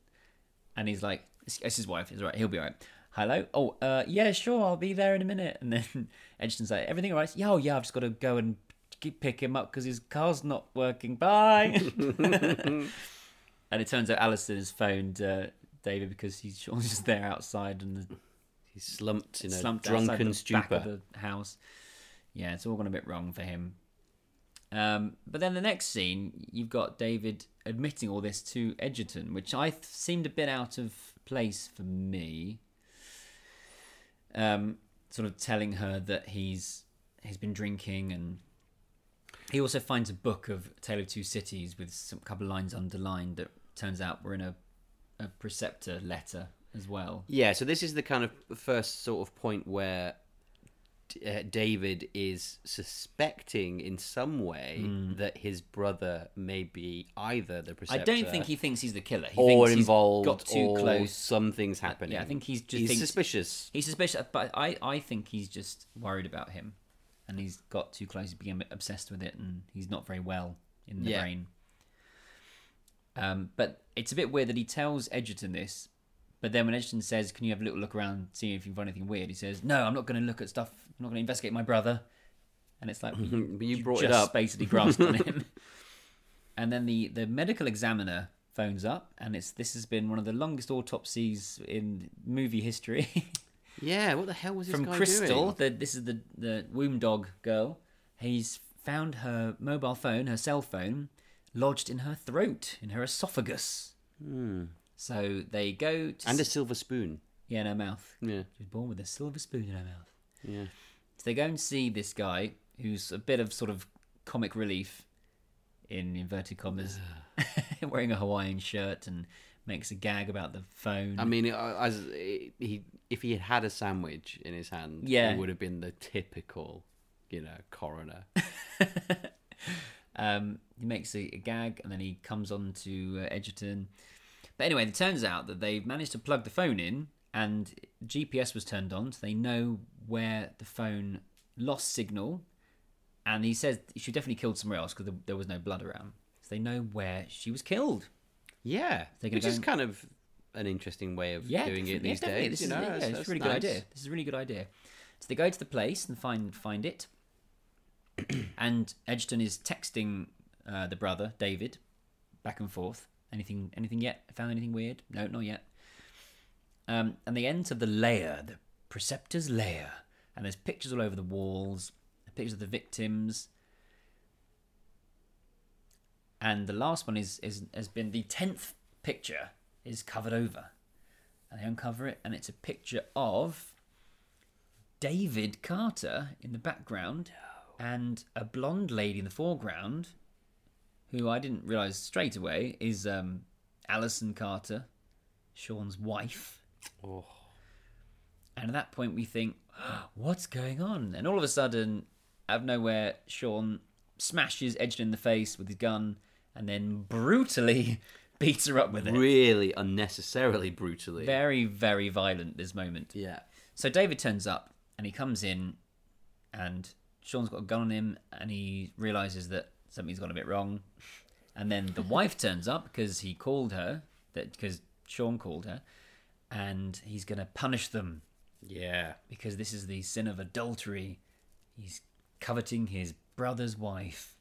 Speaker 3: and he's like, it's, it's his wife, it's all right, he'll be all right. Hello? Oh, uh, yeah, sure, I'll be there in a minute. And then Edgerton's like, everything all right? Yeah, oh, yeah, I've just got to go and g- pick him up because his car's not working. Bye! and it turns out Alison has phoned uh, David because he's Sean's just there outside and the
Speaker 4: He's slumped in a
Speaker 3: slumped outside
Speaker 4: drunken
Speaker 3: the back of
Speaker 4: stupor.
Speaker 3: the house. Yeah, it's all gone a bit wrong for him. Um, but then the next scene, you've got David admitting all this to Edgerton, which I th- seemed a bit out of place for me. Um, sort of telling her that he's he's been drinking, and he also finds a book of Tale of Two Cities with some couple of lines underlined that turns out were in a a preceptor letter as well.
Speaker 4: Yeah, so this is the kind of first sort of point where D- uh, David is suspecting in some way that his brother may be either the
Speaker 3: Hmm. I
Speaker 4: preceptor.
Speaker 3: don't think he thinks he's the killer. He
Speaker 4: or
Speaker 3: thinks he's
Speaker 4: involved
Speaker 3: got too
Speaker 4: or
Speaker 3: close.
Speaker 4: something's happening.
Speaker 3: yeah, I think he's just
Speaker 4: he's
Speaker 3: thinks-
Speaker 4: suspicious.
Speaker 3: He's suspicious, but I, I think he's just worried about him, and he's got too close. He's become obsessed with it, and he's not very well in the
Speaker 4: Yeah.
Speaker 3: brain. Um, but it's a bit weird that he tells Edgerton this, but then when Edgerton says, "Can you have a little look around, see if you find anything weird?" he says, "No, I'm not going to look at stuff. I'm not going to investigate my brother." And it's like
Speaker 4: But you brought
Speaker 3: just
Speaker 4: it up.
Speaker 3: basically grasped on him. And then the the medical examiner phones up, and it's this has been one of the longest autopsies in movie history.
Speaker 4: Yeah, what the hell was this
Speaker 3: From
Speaker 4: guy
Speaker 3: Crystal,
Speaker 4: doing?
Speaker 3: the, this is the the womb dog girl. He's found her mobile phone, her cell phone, lodged in her throat, in her esophagus. So they go to
Speaker 4: Hmm. And a
Speaker 3: s-
Speaker 4: silver spoon.
Speaker 3: yeah, in her mouth.
Speaker 4: Yeah.
Speaker 3: She was born with a silver spoon in her mouth.
Speaker 4: Yeah.
Speaker 3: So they go and see this guy who's a bit of sort of comic relief in inverted commas, wearing a Hawaiian shirt and makes a gag about the phone.
Speaker 4: I mean, uh, as he, if he had had a sandwich in his hand,
Speaker 3: Yeah.
Speaker 4: he would have been the typical, you know, coroner.
Speaker 3: um, he makes a, a gag and then he comes on to uh, Edgerton. But anyway, it turns out that they've managed to plug the phone in and GPS was turned on, so they know where the phone lost signal. And he says she definitely killed somewhere else because there was no blood around. So they know where she was killed.
Speaker 4: yeah,
Speaker 3: They're gonna
Speaker 4: which
Speaker 3: go
Speaker 4: is
Speaker 3: and-
Speaker 4: kind of an interesting way of
Speaker 3: yeah,
Speaker 4: doing it
Speaker 3: definitely,
Speaker 4: these
Speaker 3: yeah, definitely.
Speaker 4: days.
Speaker 3: This
Speaker 4: you
Speaker 3: is,
Speaker 4: know,
Speaker 3: yeah,
Speaker 4: That's-
Speaker 3: it's
Speaker 4: that's
Speaker 3: a really good
Speaker 4: nice.
Speaker 3: idea. This is a really good idea. So they go to the place and find find it, and Edgerton is texting uh, the brother David back and forth. Anything, anything yet? Found anything weird? No, not yet. Um, and they enter the lair, the preceptor's lair, and there's pictures all over the walls, pictures of the victims. And the last one is, is has been the tenth picture is covered over and they uncover it, and it's a picture of David Carter in the background and a blonde lady in the foreground, who I didn't realize straight away is um, Alison Carter, Sean's wife.
Speaker 4: Oh.
Speaker 3: And at that point, we think, what's going on? And all of a sudden, out of nowhere, Sean smashes Edgerton in the face with his gun and then brutally beats her up with it.
Speaker 4: Really unnecessarily brutally.
Speaker 3: Very, very violent, this moment.
Speaker 4: Yeah.
Speaker 3: So David turns up and he comes in, and Sean's got a gun on him, and he realizes that something's gone a bit wrong. And then the wife turns up because he called her, that because Sean called her, and he's gonna punish them
Speaker 4: Yeah.
Speaker 3: because this is the sin of adultery. He's coveting his brother's wife.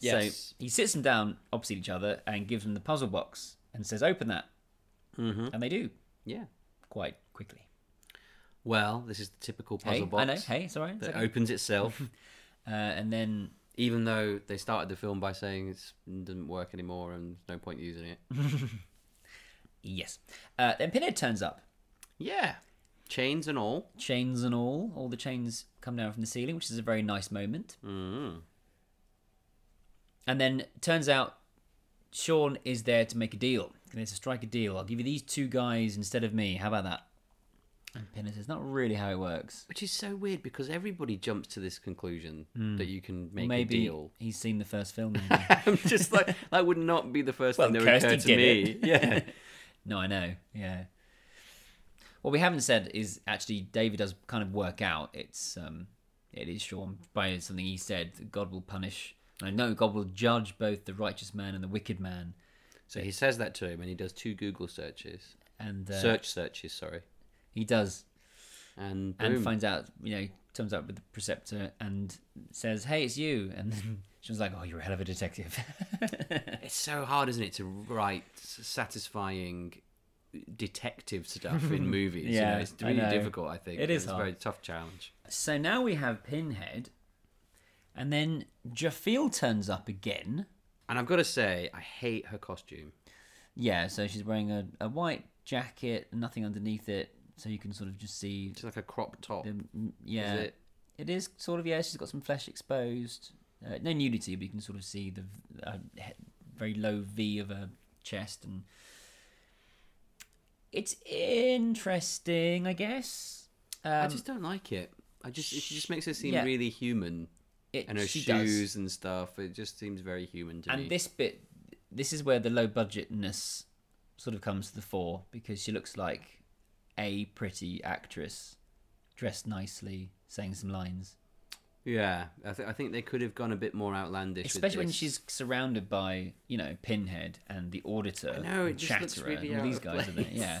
Speaker 4: Yes.
Speaker 3: So he sits them down opposite each other and gives them the puzzle box and says, "Open that," mm-hmm. and they do
Speaker 4: Yeah.
Speaker 3: quite quickly.
Speaker 4: Well, this is the typical puzzle
Speaker 3: hey,
Speaker 4: box
Speaker 3: I know. Hey, it's all right. It's
Speaker 4: that
Speaker 3: okay.
Speaker 4: opens itself,
Speaker 3: Uh, and then
Speaker 4: even though they started the film by saying it's, it doesn't work anymore and there's no point using it.
Speaker 3: yes, uh, then Pinhead turns up,
Speaker 4: yeah. Chains and all.
Speaker 3: chains and all. All the chains come down from the ceiling, which is a very nice moment. Mm. And then turns out Sean is there to make a deal. And it's to strike a deal. I'll give you these two guys instead of me. How about that? And Pinhead says, "Not really how it works.
Speaker 4: Which is so weird because everybody jumps to this conclusion that you can make
Speaker 3: Hmm. Maybe
Speaker 4: a deal.
Speaker 3: he's seen the first film."
Speaker 4: I'm just like that would not be the first
Speaker 3: Well,
Speaker 4: thing that
Speaker 3: Kirsty
Speaker 4: would occur to
Speaker 3: did
Speaker 4: me.
Speaker 3: it.
Speaker 4: Yeah.
Speaker 3: No, I know. Yeah. What we haven't said is actually David does kind of work out. It's um, it is Sean by something he said. that God will punish. I know God will judge both the righteous man and the wicked man.
Speaker 4: So he says that to him and he does two Google searches.
Speaker 3: And uh,
Speaker 4: Search searches, sorry.
Speaker 3: he does,
Speaker 4: And boom.
Speaker 3: and finds out. You know, turns up with the preceptor and says, "Hey, it's you." And then Sean's like, "Oh, you're a hell of a detective."
Speaker 4: it's so hard, isn't it, to write s- satisfying detective stuff in movies. you know?
Speaker 3: Yeah,
Speaker 4: it's
Speaker 3: I
Speaker 4: really
Speaker 3: know.
Speaker 4: difficult, I think.
Speaker 3: It is
Speaker 4: it's a very
Speaker 3: hard.
Speaker 4: tough challenge.
Speaker 3: so now we have Pinhead, and then Jafiel turns up again.
Speaker 4: And I've got to say, I hate her costume.
Speaker 3: Yeah, so she's wearing a, a white jacket, nothing underneath it, so you can sort of just see.
Speaker 4: She's like a crop top.
Speaker 3: The, mm, yeah,
Speaker 4: Is it?
Speaker 3: it is sort of yeah. She's got some flesh exposed, uh, no nudity, but you can sort of see the v- uh, he- very low V of her chest, and it's interesting, I guess. Um,
Speaker 4: I just don't like it. I just it just makes her seem
Speaker 3: yeah.
Speaker 4: really human.
Speaker 3: it,
Speaker 4: And her
Speaker 3: she does.
Speaker 4: shoes and stuff. It just seems very human to me.
Speaker 3: And this bit, this is where the low budgetness sort of comes to the fore because she looks like a pretty actress, dressed nicely, saying some lines.
Speaker 4: Yeah, I, th- I think they could have gone a bit more outlandish. with
Speaker 3: Especially when
Speaker 4: this.
Speaker 3: she's surrounded by, you know, Pinhead and the Auditor
Speaker 4: know, it
Speaker 3: and
Speaker 4: just looks
Speaker 3: Chatterer
Speaker 4: really
Speaker 3: and all
Speaker 4: out
Speaker 3: these
Speaker 4: of
Speaker 3: guys are there.
Speaker 4: place.
Speaker 3: Yeah.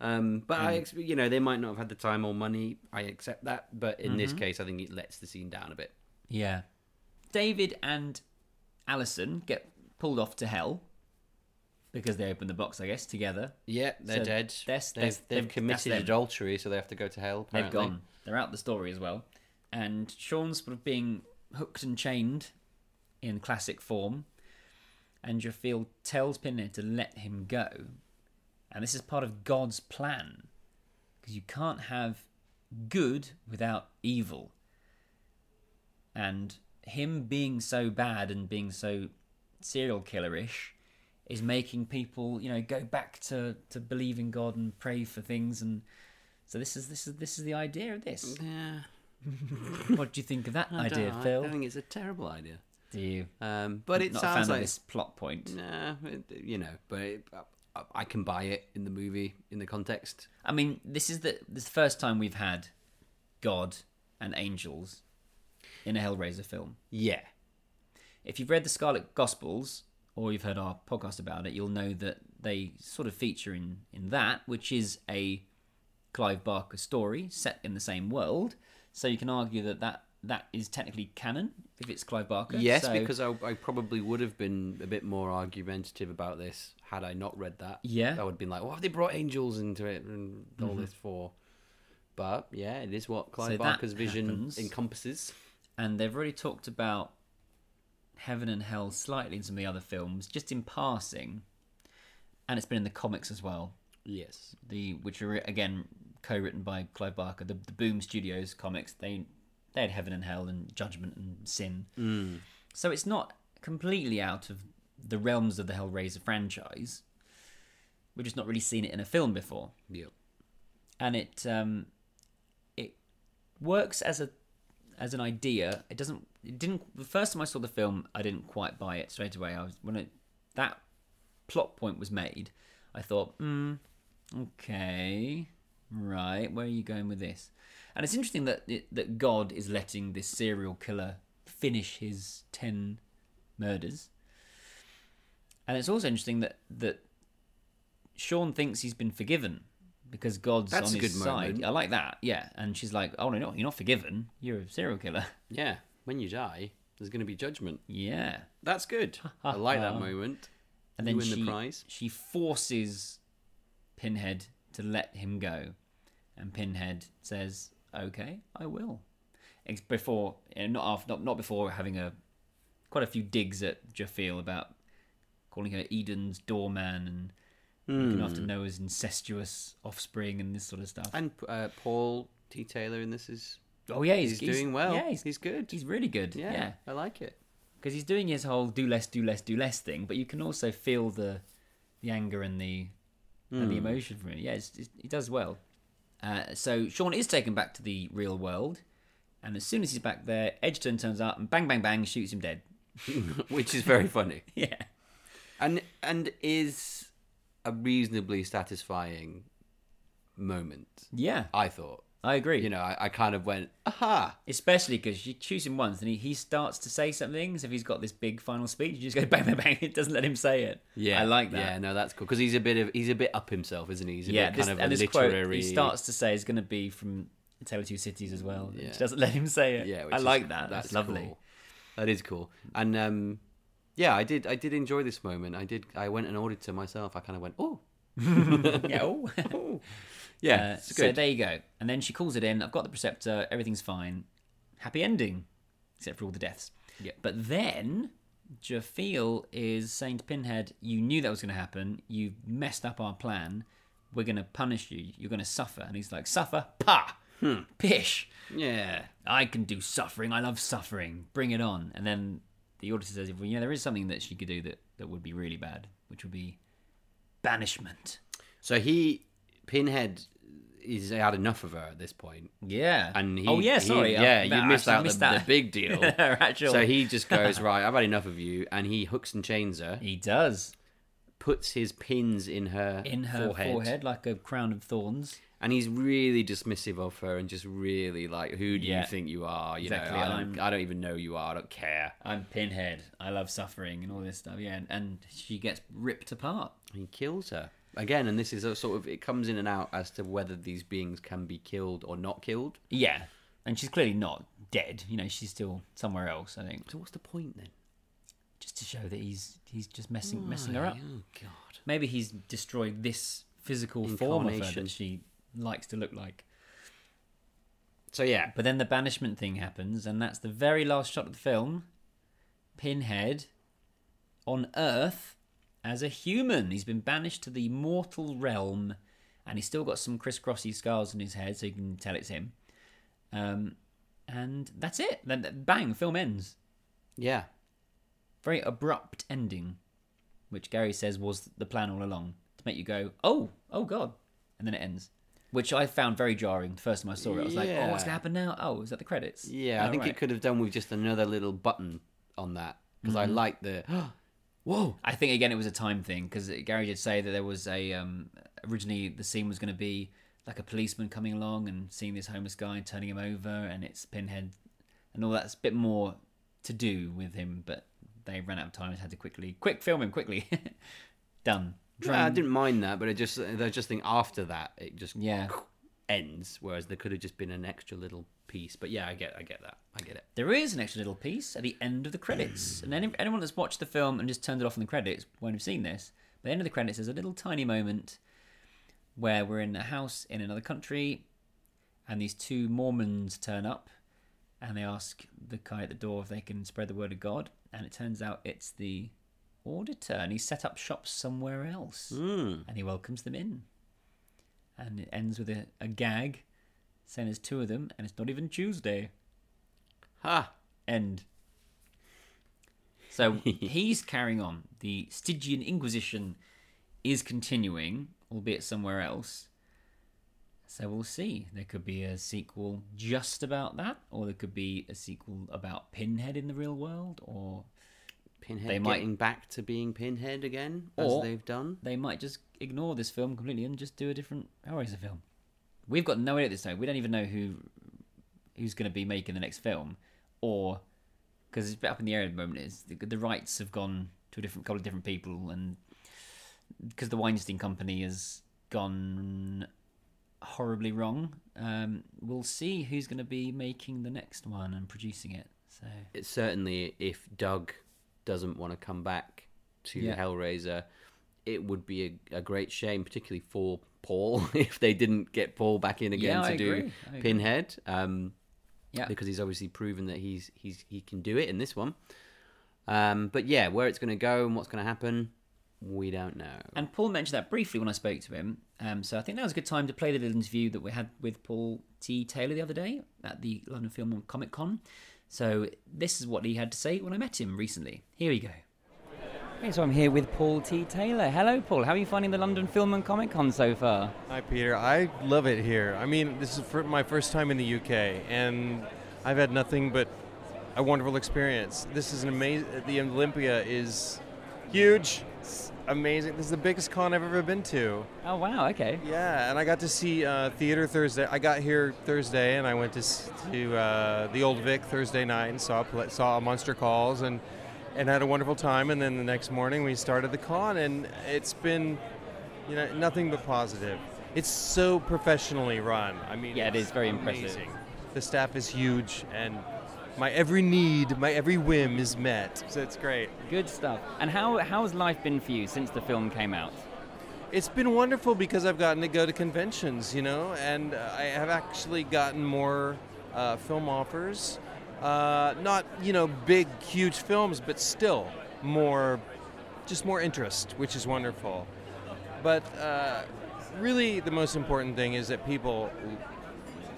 Speaker 4: Um, but I, ex- you know, they might not have had the time or money. I accept that, but in
Speaker 3: Mm-hmm.
Speaker 4: this case, I think it lets the scene down a bit.
Speaker 3: Yeah. David and Allison get pulled off to hell because they opened the box, I guess, together.
Speaker 4: Yeah, they're
Speaker 3: So
Speaker 4: dead.
Speaker 3: that's-
Speaker 4: they've,
Speaker 3: that's-
Speaker 4: they've
Speaker 3: they've- that's
Speaker 4: committed
Speaker 3: them.
Speaker 4: adultery, so they have to go to hell.
Speaker 3: They've
Speaker 4: apparently.
Speaker 3: gone. They're out the story as well. And Sean's sort of being hooked and chained in classic form. And you feel tells Pinhead to let him go. And this is part of God's plan. Because you can't have good without evil. And him being so bad and being so serial killerish is making people, you know, go back to, to believe in God and pray for things and so this is this is this is the idea of this.
Speaker 4: Yeah,
Speaker 3: what do you think of that
Speaker 4: I
Speaker 3: idea,
Speaker 4: don't know. I-
Speaker 3: Phil?
Speaker 4: I think it's a terrible idea.
Speaker 3: Do you?
Speaker 4: Um, but it
Speaker 3: not a
Speaker 4: sounds
Speaker 3: fan
Speaker 4: like
Speaker 3: of this plot point.
Speaker 4: Nah, it- you know, but it, I, I can buy it in the movie in the context.
Speaker 3: I mean, this is the this is the first time we've had God and angels in a Hellraiser film.
Speaker 4: Yeah,
Speaker 3: If you've read the Scarlet Gospels or you've heard our podcast about it, you'll know that they sort of feature in in that, which is a Clive Barker story set in the same world. So you can argue that that, that is technically canon if it's Clive Barker.
Speaker 4: yes,
Speaker 3: So-
Speaker 4: because I, I probably would have been a bit more argumentative about this had I not read that.
Speaker 3: Yeah. Mm-hmm.
Speaker 4: I would have been like, "What have they brought angels into it and all this for?" But yeah, it is what Clive
Speaker 3: So that
Speaker 4: Barker's vision
Speaker 3: happens.
Speaker 4: encompasses.
Speaker 3: and they've already talked about heaven and hell slightly in some of the other films, just in passing. And it's been in the comics as well,
Speaker 4: Yes,
Speaker 3: the which are again co-written by Clive Barker. The, the Boom Studios comics they they had heaven and hell and judgment and sin. So it's not completely out of the realms of the Hellraiser franchise. We've just not really seen it in a film before
Speaker 4: yep.
Speaker 3: and it um, it works as a as an idea. It doesn't. It didn't. The first time I saw the film, I didn't quite buy it straight away. I was when it, that plot point was made, I thought, hmm, okay, right, where are you going with this? And it's interesting that it, that God is letting this serial killer finish his ten murders. And it's also interesting that that Sean thinks he's been forgiven because God's
Speaker 4: That's
Speaker 3: on
Speaker 4: a
Speaker 3: his
Speaker 4: good
Speaker 3: side.
Speaker 4: moment.
Speaker 3: I like that, yeah. And she's like, "Oh no, no, you're not forgiven. You're a serial killer."
Speaker 4: Yeah, when you die, there's going to be judgment.
Speaker 3: yeah.
Speaker 4: That's good. I like that moment.
Speaker 3: and
Speaker 4: You
Speaker 3: then
Speaker 4: win the
Speaker 3: she,
Speaker 4: prize.
Speaker 3: she forces Pinhead to let him go, and Pinhead says, "Okay, I will." It's before, and not after, not, not before having a quite a few digs at Jafiel about calling her Eden's doorman and looking after Noah's incestuous offspring and this sort of stuff.
Speaker 4: Hmm. And uh, Paul T. Taylor in this is
Speaker 3: oh yeah, he's,
Speaker 4: he's, doing well.
Speaker 3: Yeah,
Speaker 4: he's,
Speaker 3: he's,
Speaker 4: good.
Speaker 3: he's really good.
Speaker 4: yeah,
Speaker 3: yeah.
Speaker 4: I like it.
Speaker 3: because he's doing his whole do less, do less, do less thing, but you can also feel the the anger and the and
Speaker 4: Hmm.
Speaker 3: the emotion from it. Yeah, it's, it's, he does well. Uh, so Sean is taken back to the real world, and as soon as he's back there, Edgerton turns up and bang, bang, bang, shoots him dead.
Speaker 4: which is very funny
Speaker 3: Yeah,
Speaker 4: and and is a reasonably satisfying moment
Speaker 3: yeah,
Speaker 4: i thought
Speaker 3: I agree.
Speaker 4: you know i, I kind of went
Speaker 3: Ah,
Speaker 4: aha
Speaker 3: especially because you choose him once, and he, he starts to say something. So if he's got this big final speech, you just go bang, bang, bang. It doesn't let him say it. I like that.
Speaker 4: yeah no that's cool because he's a bit of he's a bit up himself isn't he he's a
Speaker 3: yeah,
Speaker 4: bit
Speaker 3: this,
Speaker 4: kind of
Speaker 3: and
Speaker 4: a
Speaker 3: this
Speaker 4: literary
Speaker 3: quote he starts to say is going to be from A Tale of Two Cities as well. She doesn't let him say it.
Speaker 4: yeah which
Speaker 3: I
Speaker 4: is-
Speaker 3: like that. That's, lovely.
Speaker 4: cool. that is cool and um yeah i did i did enjoy this moment i did i went and ordered to myself i kind of went oh
Speaker 3: Yeah. ooh.
Speaker 4: yeah
Speaker 3: Uh,
Speaker 4: it's
Speaker 3: so
Speaker 4: good
Speaker 3: there you go. And then she calls it in. I've got the preceptor. Everything's fine. Happy ending, except for all the deaths.
Speaker 4: Yeah.
Speaker 3: But then Jafiel is saying to Pinhead, "You knew that was going to happen. You messed up our plan. We're going to punish you. You're going to suffer." And he's like, "Suffer? Pa!
Speaker 4: Hmm.
Speaker 3: Pish!"
Speaker 4: yeah
Speaker 3: I can do suffering. I love suffering. Bring it on. And then the auditor says, well, yeah, there is something that she could do that, that would be really bad, which would be banishment.
Speaker 4: so he pinhead is had enough of her at this point
Speaker 3: Yeah.
Speaker 4: and he,
Speaker 3: oh, yeah,
Speaker 4: he-
Speaker 3: sorry. I-
Speaker 4: yeah,
Speaker 3: that-
Speaker 4: you missed
Speaker 3: actually
Speaker 4: out the, the
Speaker 3: that.
Speaker 4: big deal.
Speaker 3: Her actual-
Speaker 4: so he just goes right. I've had enough of you, and he hooks and chains her,
Speaker 3: He does.
Speaker 4: puts his pins in her
Speaker 3: In her forehead. like a crown of thorns.
Speaker 4: and he's really dismissive of her, and just really like, who do
Speaker 3: Yeah.
Speaker 4: you think you are? You
Speaker 3: Exactly,
Speaker 4: know, I don't,
Speaker 3: I'm-
Speaker 4: I don't even know you are. I don't care.
Speaker 3: I'm Pinhead. I love suffering and all this stuff. Yeah. And, and she gets ripped apart.
Speaker 4: He kills her again, and this is a sort of it comes in and out as to whether these beings can be killed or not killed.
Speaker 3: Yeah. And she's clearly not dead. You know, she's still somewhere else, I think.
Speaker 4: So what's the point then?
Speaker 3: just to show that he's he's just messing messing her up.
Speaker 4: Oh God.
Speaker 3: Maybe he's destroyed this physical form of her
Speaker 4: Incarnation.
Speaker 3: that she likes to look like.
Speaker 4: So yeah,
Speaker 3: But then the banishment thing happens, and that's the very last shot of the film. Pinhead on Earth as a human. He's been banished to the mortal realm, and he's still got some crisscrossy scars on his head, so you can tell it's him. Um, and that's it. Then bang, film ends.
Speaker 4: yeah.
Speaker 3: Very abrupt ending, which Gary says was the plan all along to make you go, oh, oh god, and then it ends. Which I found very jarring the first time I saw it. I was like, oh, what's
Speaker 4: Yeah.
Speaker 3: gonna happen now? Oh, is that the credits?
Speaker 4: Yeah, I
Speaker 3: Oh,
Speaker 4: think
Speaker 3: right.
Speaker 4: it could have done with just another little button on that because
Speaker 3: Mm-hmm.
Speaker 4: I like the. Whoa!
Speaker 3: I think again it was a time thing because Gary did say that there was a um, originally the scene was going to be like a policeman coming along and seeing this homeless guy and turning him over, and it's Pinhead and all that's a bit more to do with him, but they ran out of time and had to quickly quick film him quickly. Done.
Speaker 4: No, I didn't mind that, but it just I just think after that it just
Speaker 3: Yeah.
Speaker 4: ends. Whereas there could have just been an extra little piece. But yeah, I get I get that. I get it.
Speaker 3: There is an extra little piece at the end of the credits, and any, anyone that's watched the film and just turned it off in the credits won't have seen this. But at the end of the credits, there's a little tiny moment where we're in a house in another country, and these two Mormons turn up, and they ask the guy at the door if they can spread the word of God, and it turns out it's the auditor, and he's set up shop somewhere else, and he welcomes them in, and it ends with a, a gag saying there's two of them, and it's not even Tuesday
Speaker 4: Ha!
Speaker 3: end. So he's carrying on. The Stygian Inquisition is continuing, albeit somewhere else. So we'll see. There could be a sequel just about that, or there could be a sequel about Pinhead in the real world, or
Speaker 4: Pinhead
Speaker 3: They
Speaker 4: they
Speaker 3: might-
Speaker 4: getting back to being Pinhead again,
Speaker 3: Or-
Speaker 4: as they've done.
Speaker 3: they might just ignore this film completely and just do a different Hellraiser film. We've got no idea at this time. We don't even know who who's going to be making the next film, or because it's a bit up in the air at the moment. Is the, the rights have gone to a different couple of different people, and because the Weinstein Company has gone horribly wrong, um, we'll see who's going to be making the next one and producing it. So
Speaker 4: It's certainly if Doug doesn't want to come back to
Speaker 3: Yeah.
Speaker 4: Hellraiser, it would be a, a great shame, particularly for Paul, if they didn't get Paul back in again
Speaker 3: Yeah,
Speaker 4: to
Speaker 3: I
Speaker 4: do
Speaker 3: agree. I agree.
Speaker 4: Pinhead. Um,
Speaker 3: yeah,
Speaker 4: because he's obviously proven that he's he's he can do it in this one. Um, but yeah, where it's going to go and what's going to happen, we don't know.
Speaker 3: And Paul mentioned that briefly when I spoke to him. Um, so I think that was a good time to play the little interview that we had with Paul T. Taylor the other day at the London Film and Comic Con. So this is what he had to say when I met him recently. Here we go. Okay, so I'm here with Paul T. Taylor. Hello, Paul. How are you finding the London Film and Comic Con so far?
Speaker 2: Hi, Peter. I love it here. I mean, this is fir- my first time in the UK, and I've had nothing but a wonderful experience. This is an amazing. The Olympia is huge. It's amazing. This is the biggest con I've ever been to.
Speaker 3: Oh, wow. Okay.
Speaker 2: Yeah, and I got to see uh, theater Thursday. I got here Thursday, and I went to s- to uh, the Old Vic Thursday night and saw pla- saw Monster Calls and and had a wonderful time. And then the next morning we started the con, and it's been you know nothing but positive. It's so professionally run. I mean,
Speaker 3: Yeah, it
Speaker 2: it's
Speaker 3: is very impressive.
Speaker 2: amazing. The staff is huge, and my every need, my every whim is met. So it's great.
Speaker 3: Good stuff. And how how's life been for you since the film came out?
Speaker 2: It's been wonderful because I've gotten to go to conventions, you know, and uh, I have actually gotten more uh, film offers. Uh, not, you know, big, huge films, but still more, just more interest, which is wonderful. But uh, really, the most important thing is that people,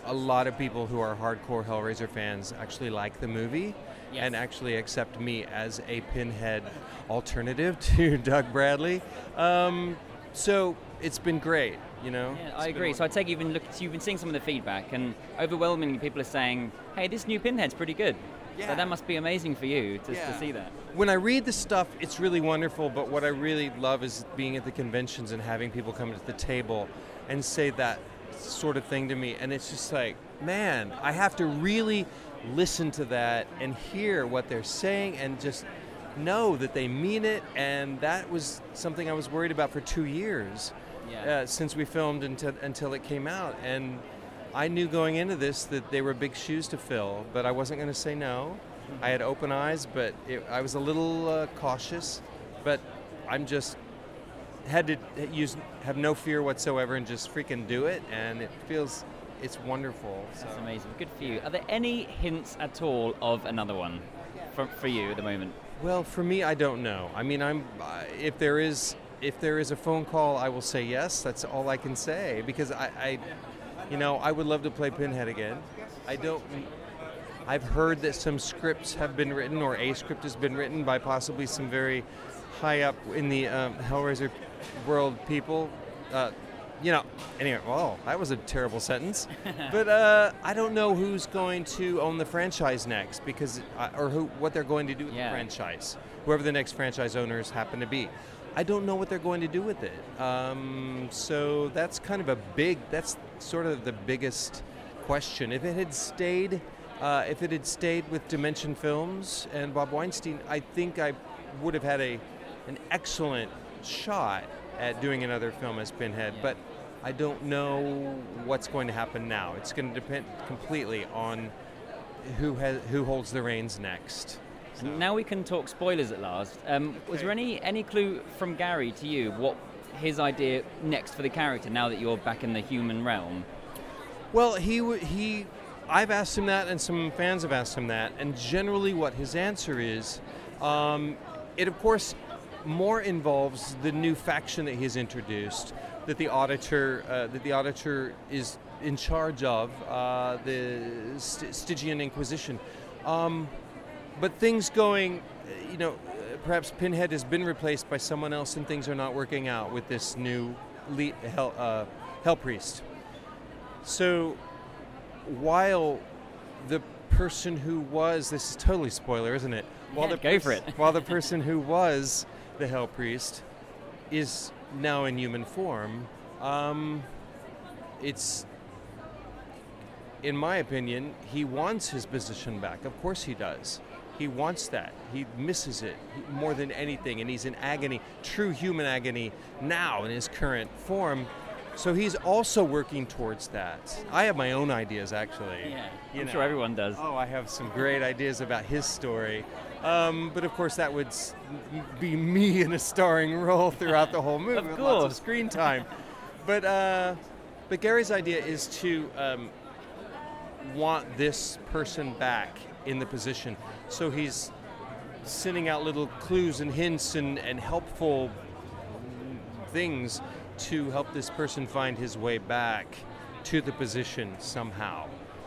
Speaker 2: a lot of people who are hardcore Hellraiser fans, actually like the movie
Speaker 3: Yes.
Speaker 2: and actually accept me as a pinhead alternative to Doug Bradley. Um, so it's been great, you know.
Speaker 8: Yeah,
Speaker 2: It's
Speaker 8: I
Speaker 2: been
Speaker 8: agree. So I take you've been look, you've been seeing some of the feedback, and overwhelmingly people are saying, "Hey, this new pinhead's pretty good."
Speaker 2: Yeah.
Speaker 8: So that must be amazing for you to,
Speaker 2: Yeah.
Speaker 8: to see that.
Speaker 2: when I read the stuff, it's really wonderful. But what I really love is being at the conventions and having people come to the table and say that sort of thing to me. And it's just like, man, I have to really listen to that and hear what they're saying and just know that they mean it. And that was something I was worried about for two years
Speaker 8: Yeah.
Speaker 2: uh, since we filmed until, until it came out. And I knew going into this that they were big shoes to fill, but I wasn't going to say no I had open eyes, but it, I was a little uh, cautious. But I'm just had to use have no fear whatsoever and just freaking do it, and it feels it's wonderful. So.
Speaker 8: That's amazing. Good for you. Are there any hints at all of another one for, for you at the moment?
Speaker 2: Well, for me, I don't know. I mean, I'm I- if there is if there is a phone call, I will say yes. That's all I can say because I, I you know, I would love to play Pinhead again. I don't. I've heard that some scripts have been written, or a script has been written by possibly some very high up in the um, Hellraiser world people. Uh, you know, anyway, well, that was a terrible sentence. but uh, I don't know who's going to own the franchise next, because uh, or who what they're going to do with
Speaker 8: Yeah.
Speaker 2: the franchise, whoever the next franchise owners happen to be. I don't know what they're going to do with it. Um, so that's kind of a big. That's sort of the biggest question. If it had stayed, uh, if it had stayed with Dimension Films and Bob Weinstein, I think I would have had a an excellent shot at doing another film as Pinhead. But I don't know what's going to happen now. It's going to depend completely on who has who holds the reins next.
Speaker 8: And now we can talk spoilers at last. Um, Was there any any clue from Gary to you what his idea next for the character now that you're back in the human realm?
Speaker 2: Well, he w- he, I've asked him that, and some fans have asked him that, and generally, what his answer is, um, it of course more involves the new faction that he's introduced, that the auditor uh, that the auditor is in charge of, uh, the St- Stygian Inquisition. Um, but things going, uh, you know, uh, perhaps Pinhead has been replaced by someone else, and things are not working out with this new le hell, uh, hell priest. So while the person who was this is totally spoiler, isn't it? While
Speaker 8: Yeah,
Speaker 2: the
Speaker 8: go for
Speaker 2: pers-
Speaker 8: it.
Speaker 2: while the person who was the Hell Priest is now in human form, um, it's in my opinion, he wants his position back. Of course he does. He wants that. He misses it more than anything, and he's in agony, true human agony, now in his current form. So he's also working towards that. I have my own ideas, actually. You
Speaker 8: I'm
Speaker 2: know.
Speaker 8: sure everyone does.
Speaker 2: Oh, I have some great ideas about his story. Um, but of course, that would s- m- be me in a starring role throughout the whole movie
Speaker 8: Of
Speaker 2: with lots of
Speaker 8: course.
Speaker 2: screen time. but uh, but Gary's idea is to um, want this person back in the position, so he's sending out little clues and hints and, and helpful things to help this person find his way back to the position somehow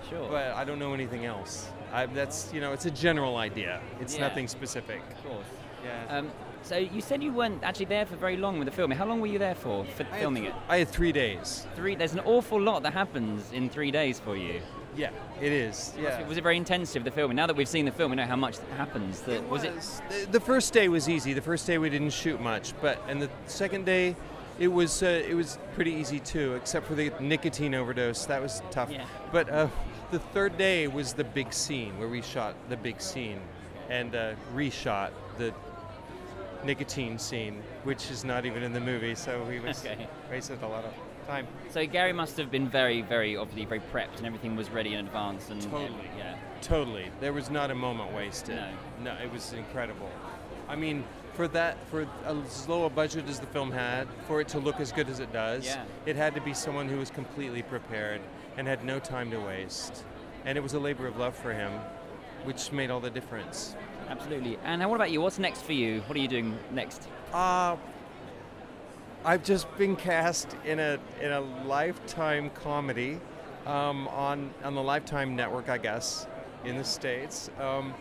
Speaker 8: Sure.
Speaker 2: but I don't know anything else. I, that's you know, it's a general idea. It's
Speaker 8: Yeah.
Speaker 2: nothing specific.
Speaker 8: of course.
Speaker 2: Yeah.
Speaker 8: Um, so you said you weren't actually there for very long with the filming. How long were you there for for filming it?
Speaker 2: I had three days.
Speaker 8: Three. There's an awful lot that happens in three days for you.
Speaker 2: Yeah, it is. Yeah.
Speaker 8: Was it very intensive the filming? Now that we've seen the film, we know how much happens. That was it
Speaker 2: The, the first day was easy. The first day we didn't shoot much, but and the second day, it was uh, it was pretty easy too, except for the nicotine overdose. That was tough.
Speaker 8: Yeah.
Speaker 2: But uh, the third day was the big scene where we shot the big scene, and uh, reshot the nicotine scene, which is not even in the movie. So we was
Speaker 8: Okay.
Speaker 2: wasted a lot of time.
Speaker 8: So Gary must have been very, very obviously very prepped, and everything was ready in advance. And
Speaker 2: Totally.
Speaker 8: yeah,
Speaker 2: Totally. There was not a moment wasted.
Speaker 8: No.
Speaker 2: it was incredible. I mean, for that, for as low a budget as the film had, for it to look as good as it does,
Speaker 8: Yeah.
Speaker 2: it had to be someone who was completely prepared and had no time to waste. And it was a labor of love for him, which made all the difference.
Speaker 8: absolutely. And what about you? What's next for you? What are you doing next?
Speaker 2: Uh, I've just been cast in a in a Lifetime comedy um, on on the Lifetime network, I guess, in the states, um,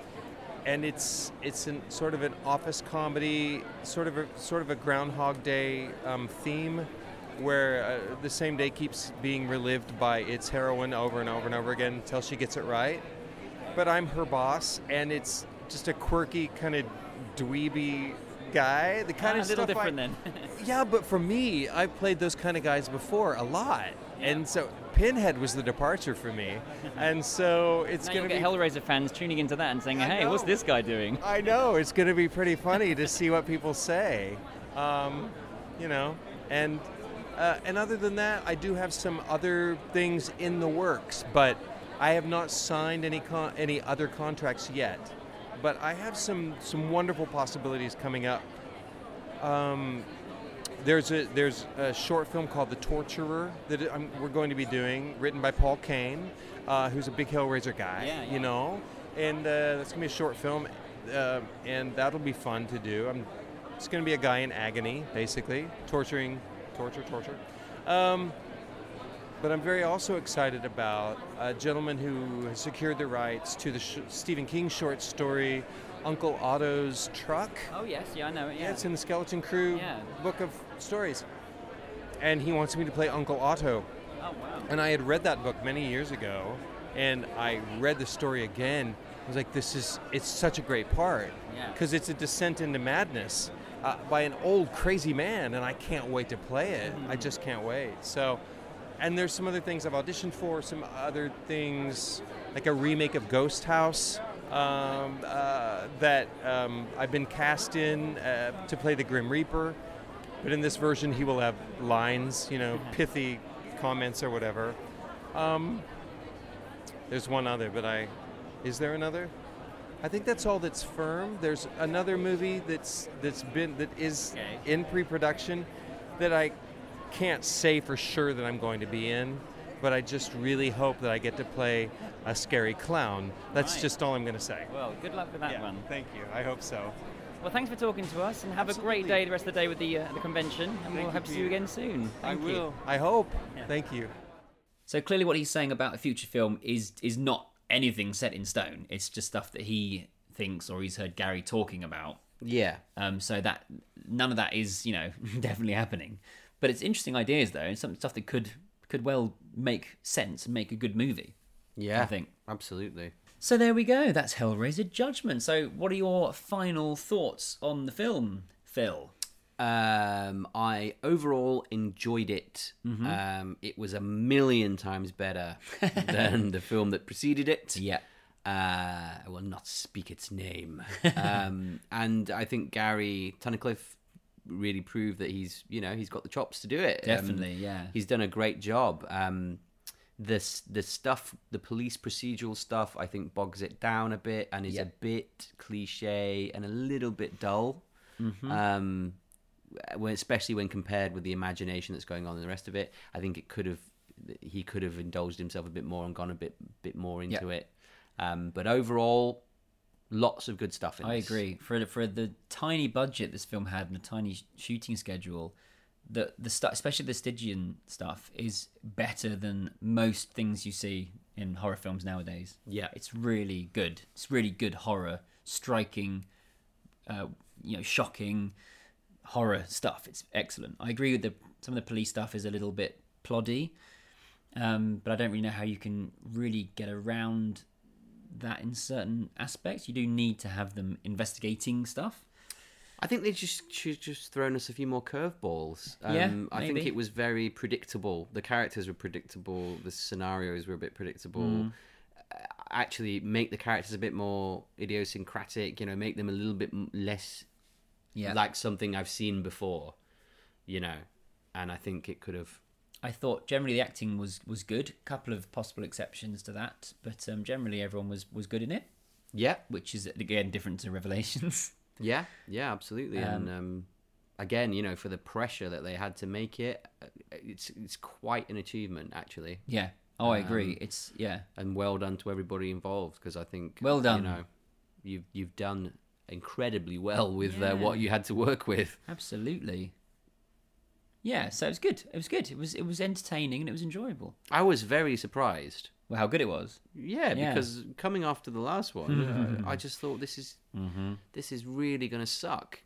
Speaker 2: and it's it's an, sort of an office comedy, sort of a, sort of a Groundhog Day um, theme, where uh, the same day keeps being relived by its heroine over and over and over again until she gets it right but I'm her boss, and it's just a quirky kind of dweeby guy. The kind
Speaker 8: Ah,
Speaker 2: of
Speaker 8: a little
Speaker 2: stuff I-
Speaker 8: different then.
Speaker 2: yeah, but for me, I've played those kind of guys before a lot, and so Pinhead was the departure for me, and so it's
Speaker 8: now
Speaker 2: gonna
Speaker 8: you'll get
Speaker 2: be.
Speaker 8: Hellraiser fans tuning into that and saying,
Speaker 2: I
Speaker 8: "Hey, what's
Speaker 2: know.
Speaker 8: this guy doing?"
Speaker 2: I know it's gonna be pretty funny to see what people say, um, you know, and uh, and other than that, I do have some other things in the works, but I have not signed any con- any other contracts yet. but I have some some wonderful possibilities coming up. Um, there's a there's a short film called The Torturer that I'm, we're going to be doing, written by Paul Kane, uh, who's a big Hellraiser guy,
Speaker 3: Yeah, yeah.
Speaker 2: you know, and uh, that's gonna be a short film, uh, and that'll be fun to do. I'm, it's gonna be a guy in agony, basically, torturing, torture, torture. Um, but I'm very also excited about a gentleman who has secured the rights to the sh- Stephen King short story, Uncle Otto's Truck.
Speaker 8: Oh yes, yeah, I know it.
Speaker 2: Yeah,
Speaker 8: Yeah,
Speaker 2: it's in the Skeleton Crew
Speaker 8: Yeah.
Speaker 2: book of stories. And he wants me to play Uncle Otto.
Speaker 8: oh wow.
Speaker 2: And I had read that book many years ago, and I read the story again. I was like, this is, it's such a great part.
Speaker 8: Yeah.
Speaker 2: Because it's a descent into madness uh, by an old crazy man, and I can't wait to play it. I just can't wait. So, and there's some other things I've auditioned for, some other things, like a remake of Ghost House. Um, uh, that um, I've been cast in uh, to play the Grim Reaper, but in this version he will have lines, you know, pithy comments or whatever. Um, there's one other, but I. Is there another? I think that's all that's firm. There's another movie that's that's been that is
Speaker 8: Okay.
Speaker 2: in pre-production that I can't say for sure that I'm going to be in, but I just really hope that I get to play a scary clown. That's
Speaker 8: Right.
Speaker 2: just all I'm going to say.
Speaker 8: Well, good luck with that one.
Speaker 2: thank you. I hope so.
Speaker 8: Well, thanks for talking to us, and have a great
Speaker 2: Absolutely.
Speaker 8: day the rest of the day with the uh, the convention, and
Speaker 2: you,
Speaker 8: we'll hope to see you
Speaker 2: Peter.
Speaker 8: again soon. Thank
Speaker 2: I
Speaker 8: you.
Speaker 2: will. I hope. Thank you.
Speaker 3: So clearly, what he's saying about a future film is is not anything set in stone. It's just stuff that he thinks or he's heard Gary talking about.
Speaker 4: Yeah.
Speaker 3: Um, so that none of that is you know definitely happening. But it's interesting ideas though, and some stuff that could could well make sense and make a good movie.
Speaker 4: Yeah.
Speaker 3: I think.
Speaker 4: Absolutely.
Speaker 3: So there we go. That's Hellraiser Judgment. So what are your final thoughts on the film, Phil?
Speaker 4: Um, I overall enjoyed it. Um, it was a million times better than the film that preceded it. Uh, I will not speak its name. um, and I think Gary Tunnicliffe really proved that he's, you know, he's got the chops to do it. Um,
Speaker 3: Definitely, yeah.
Speaker 4: He's done a great job. Um, this the stuff, the police procedural stuff, I think bogs it down a bit and is a bit cliche and a little bit dull.
Speaker 3: Mm-hmm.
Speaker 4: Um, when, especially when compared with the imagination that's going on in the rest of it, I think it could have he could have indulged himself a bit more and gone a bit bit more into it. Um, but overall, lots of good stuff. in
Speaker 3: I
Speaker 4: this.
Speaker 3: agree. For for the tiny budget this film had and the tiny sh- shooting schedule, the the stu- especially the Stygian stuff is better than most things you see in horror films nowadays.
Speaker 4: Yeah.
Speaker 3: it's really good. It's really good horror, striking, uh, you know, shocking horror stuff. It's excellent. I agree with the some of the police stuff is a little bit ploddy, um, but I don't really know how you can really get around that in certain aspects. You do need to have them investigating stuff.
Speaker 4: I think they just should just thrown us a few more curveballs. Um,
Speaker 3: Yeah,
Speaker 4: I think
Speaker 3: maybe.
Speaker 4: it was very predictable. The characters were predictable. The scenarios were a bit predictable.
Speaker 3: Mm.
Speaker 4: Uh, Actually, make the characters a bit more idiosyncratic. You know, make them a little bit m- less
Speaker 3: Yeah.
Speaker 4: like something I've seen before. You know, and I think it could have.
Speaker 3: I thought generally the acting was was good. couple of possible exceptions to that, but um, generally everyone was was good in it,
Speaker 4: Yeah,
Speaker 3: which is again different to Revelations.
Speaker 4: Yeah, yeah, absolutely. and um, again, you know, for the pressure that they had to make it, uh, it's it's quite an achievement actually,
Speaker 3: yeah. Oh, I agree. it's yeah.
Speaker 4: and well done to everybody involved because I think
Speaker 3: Well done.
Speaker 4: You know, you've you've done incredibly well with uh, what you had to work with.
Speaker 3: Absolutely. Yeah, so it was good. It was good. It was it was entertaining and it was enjoyable.
Speaker 4: I was very surprised.
Speaker 3: Well, how good it was.
Speaker 4: Yeah,
Speaker 3: Yeah. Mm-hmm.
Speaker 4: because coming after the last one, uh, I just thought this is this is really gonna suck,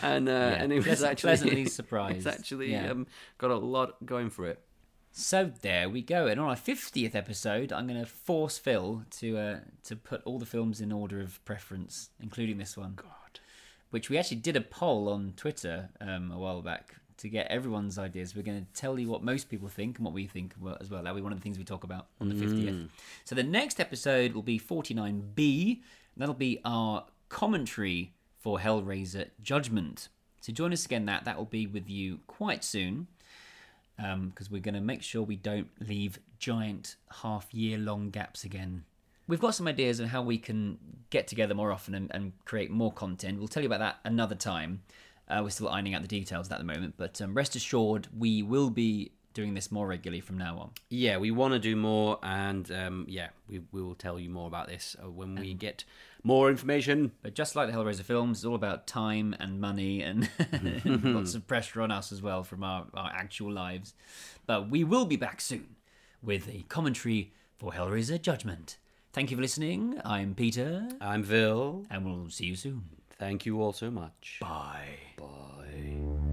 Speaker 4: and uh, and it was
Speaker 3: Pleasant-
Speaker 4: actually
Speaker 3: pleasantly
Speaker 4: It's
Speaker 3: surprised.
Speaker 4: actually
Speaker 3: Yeah.
Speaker 4: um, got a lot going for it.
Speaker 3: So there we go. And on our fiftieth episode, I'm going to force Phil to uh, to put all the films in order of preference, including this one. God, which we actually did a poll on Twitter um, a while back to get everyone's ideas. We're going to tell you what most people think and what we think wa- as well. That'll be one of the things we talk about on the fiftieth. So the next episode will be 49B. and That'll be our commentary for Hellraiser Judgment. So join us again. That that will be with you quite soon um, because we're going to make sure we don't leave giant half year long gaps again. we've got some ideas on how we can get together more often and, and create more content. We'll tell you about that another time. Uh, we're still ironing out the details of that at the moment, but um, rest assured, we will be doing this more regularly from now on.
Speaker 4: Yeah, we want to do more, and um, yeah, we, we will tell you more about this uh, when we get more information.
Speaker 3: But just like the Hellraiser films, it's all about time and money and lots of pressure on us as well from our, our actual lives. But we will be back soon with a commentary for Hellraiser Judgment. Thank you for listening. I'm Peter,
Speaker 4: I'm Vil.
Speaker 3: and we'll see you soon.
Speaker 4: Thank you all so much.
Speaker 3: Bye.
Speaker 4: Bye.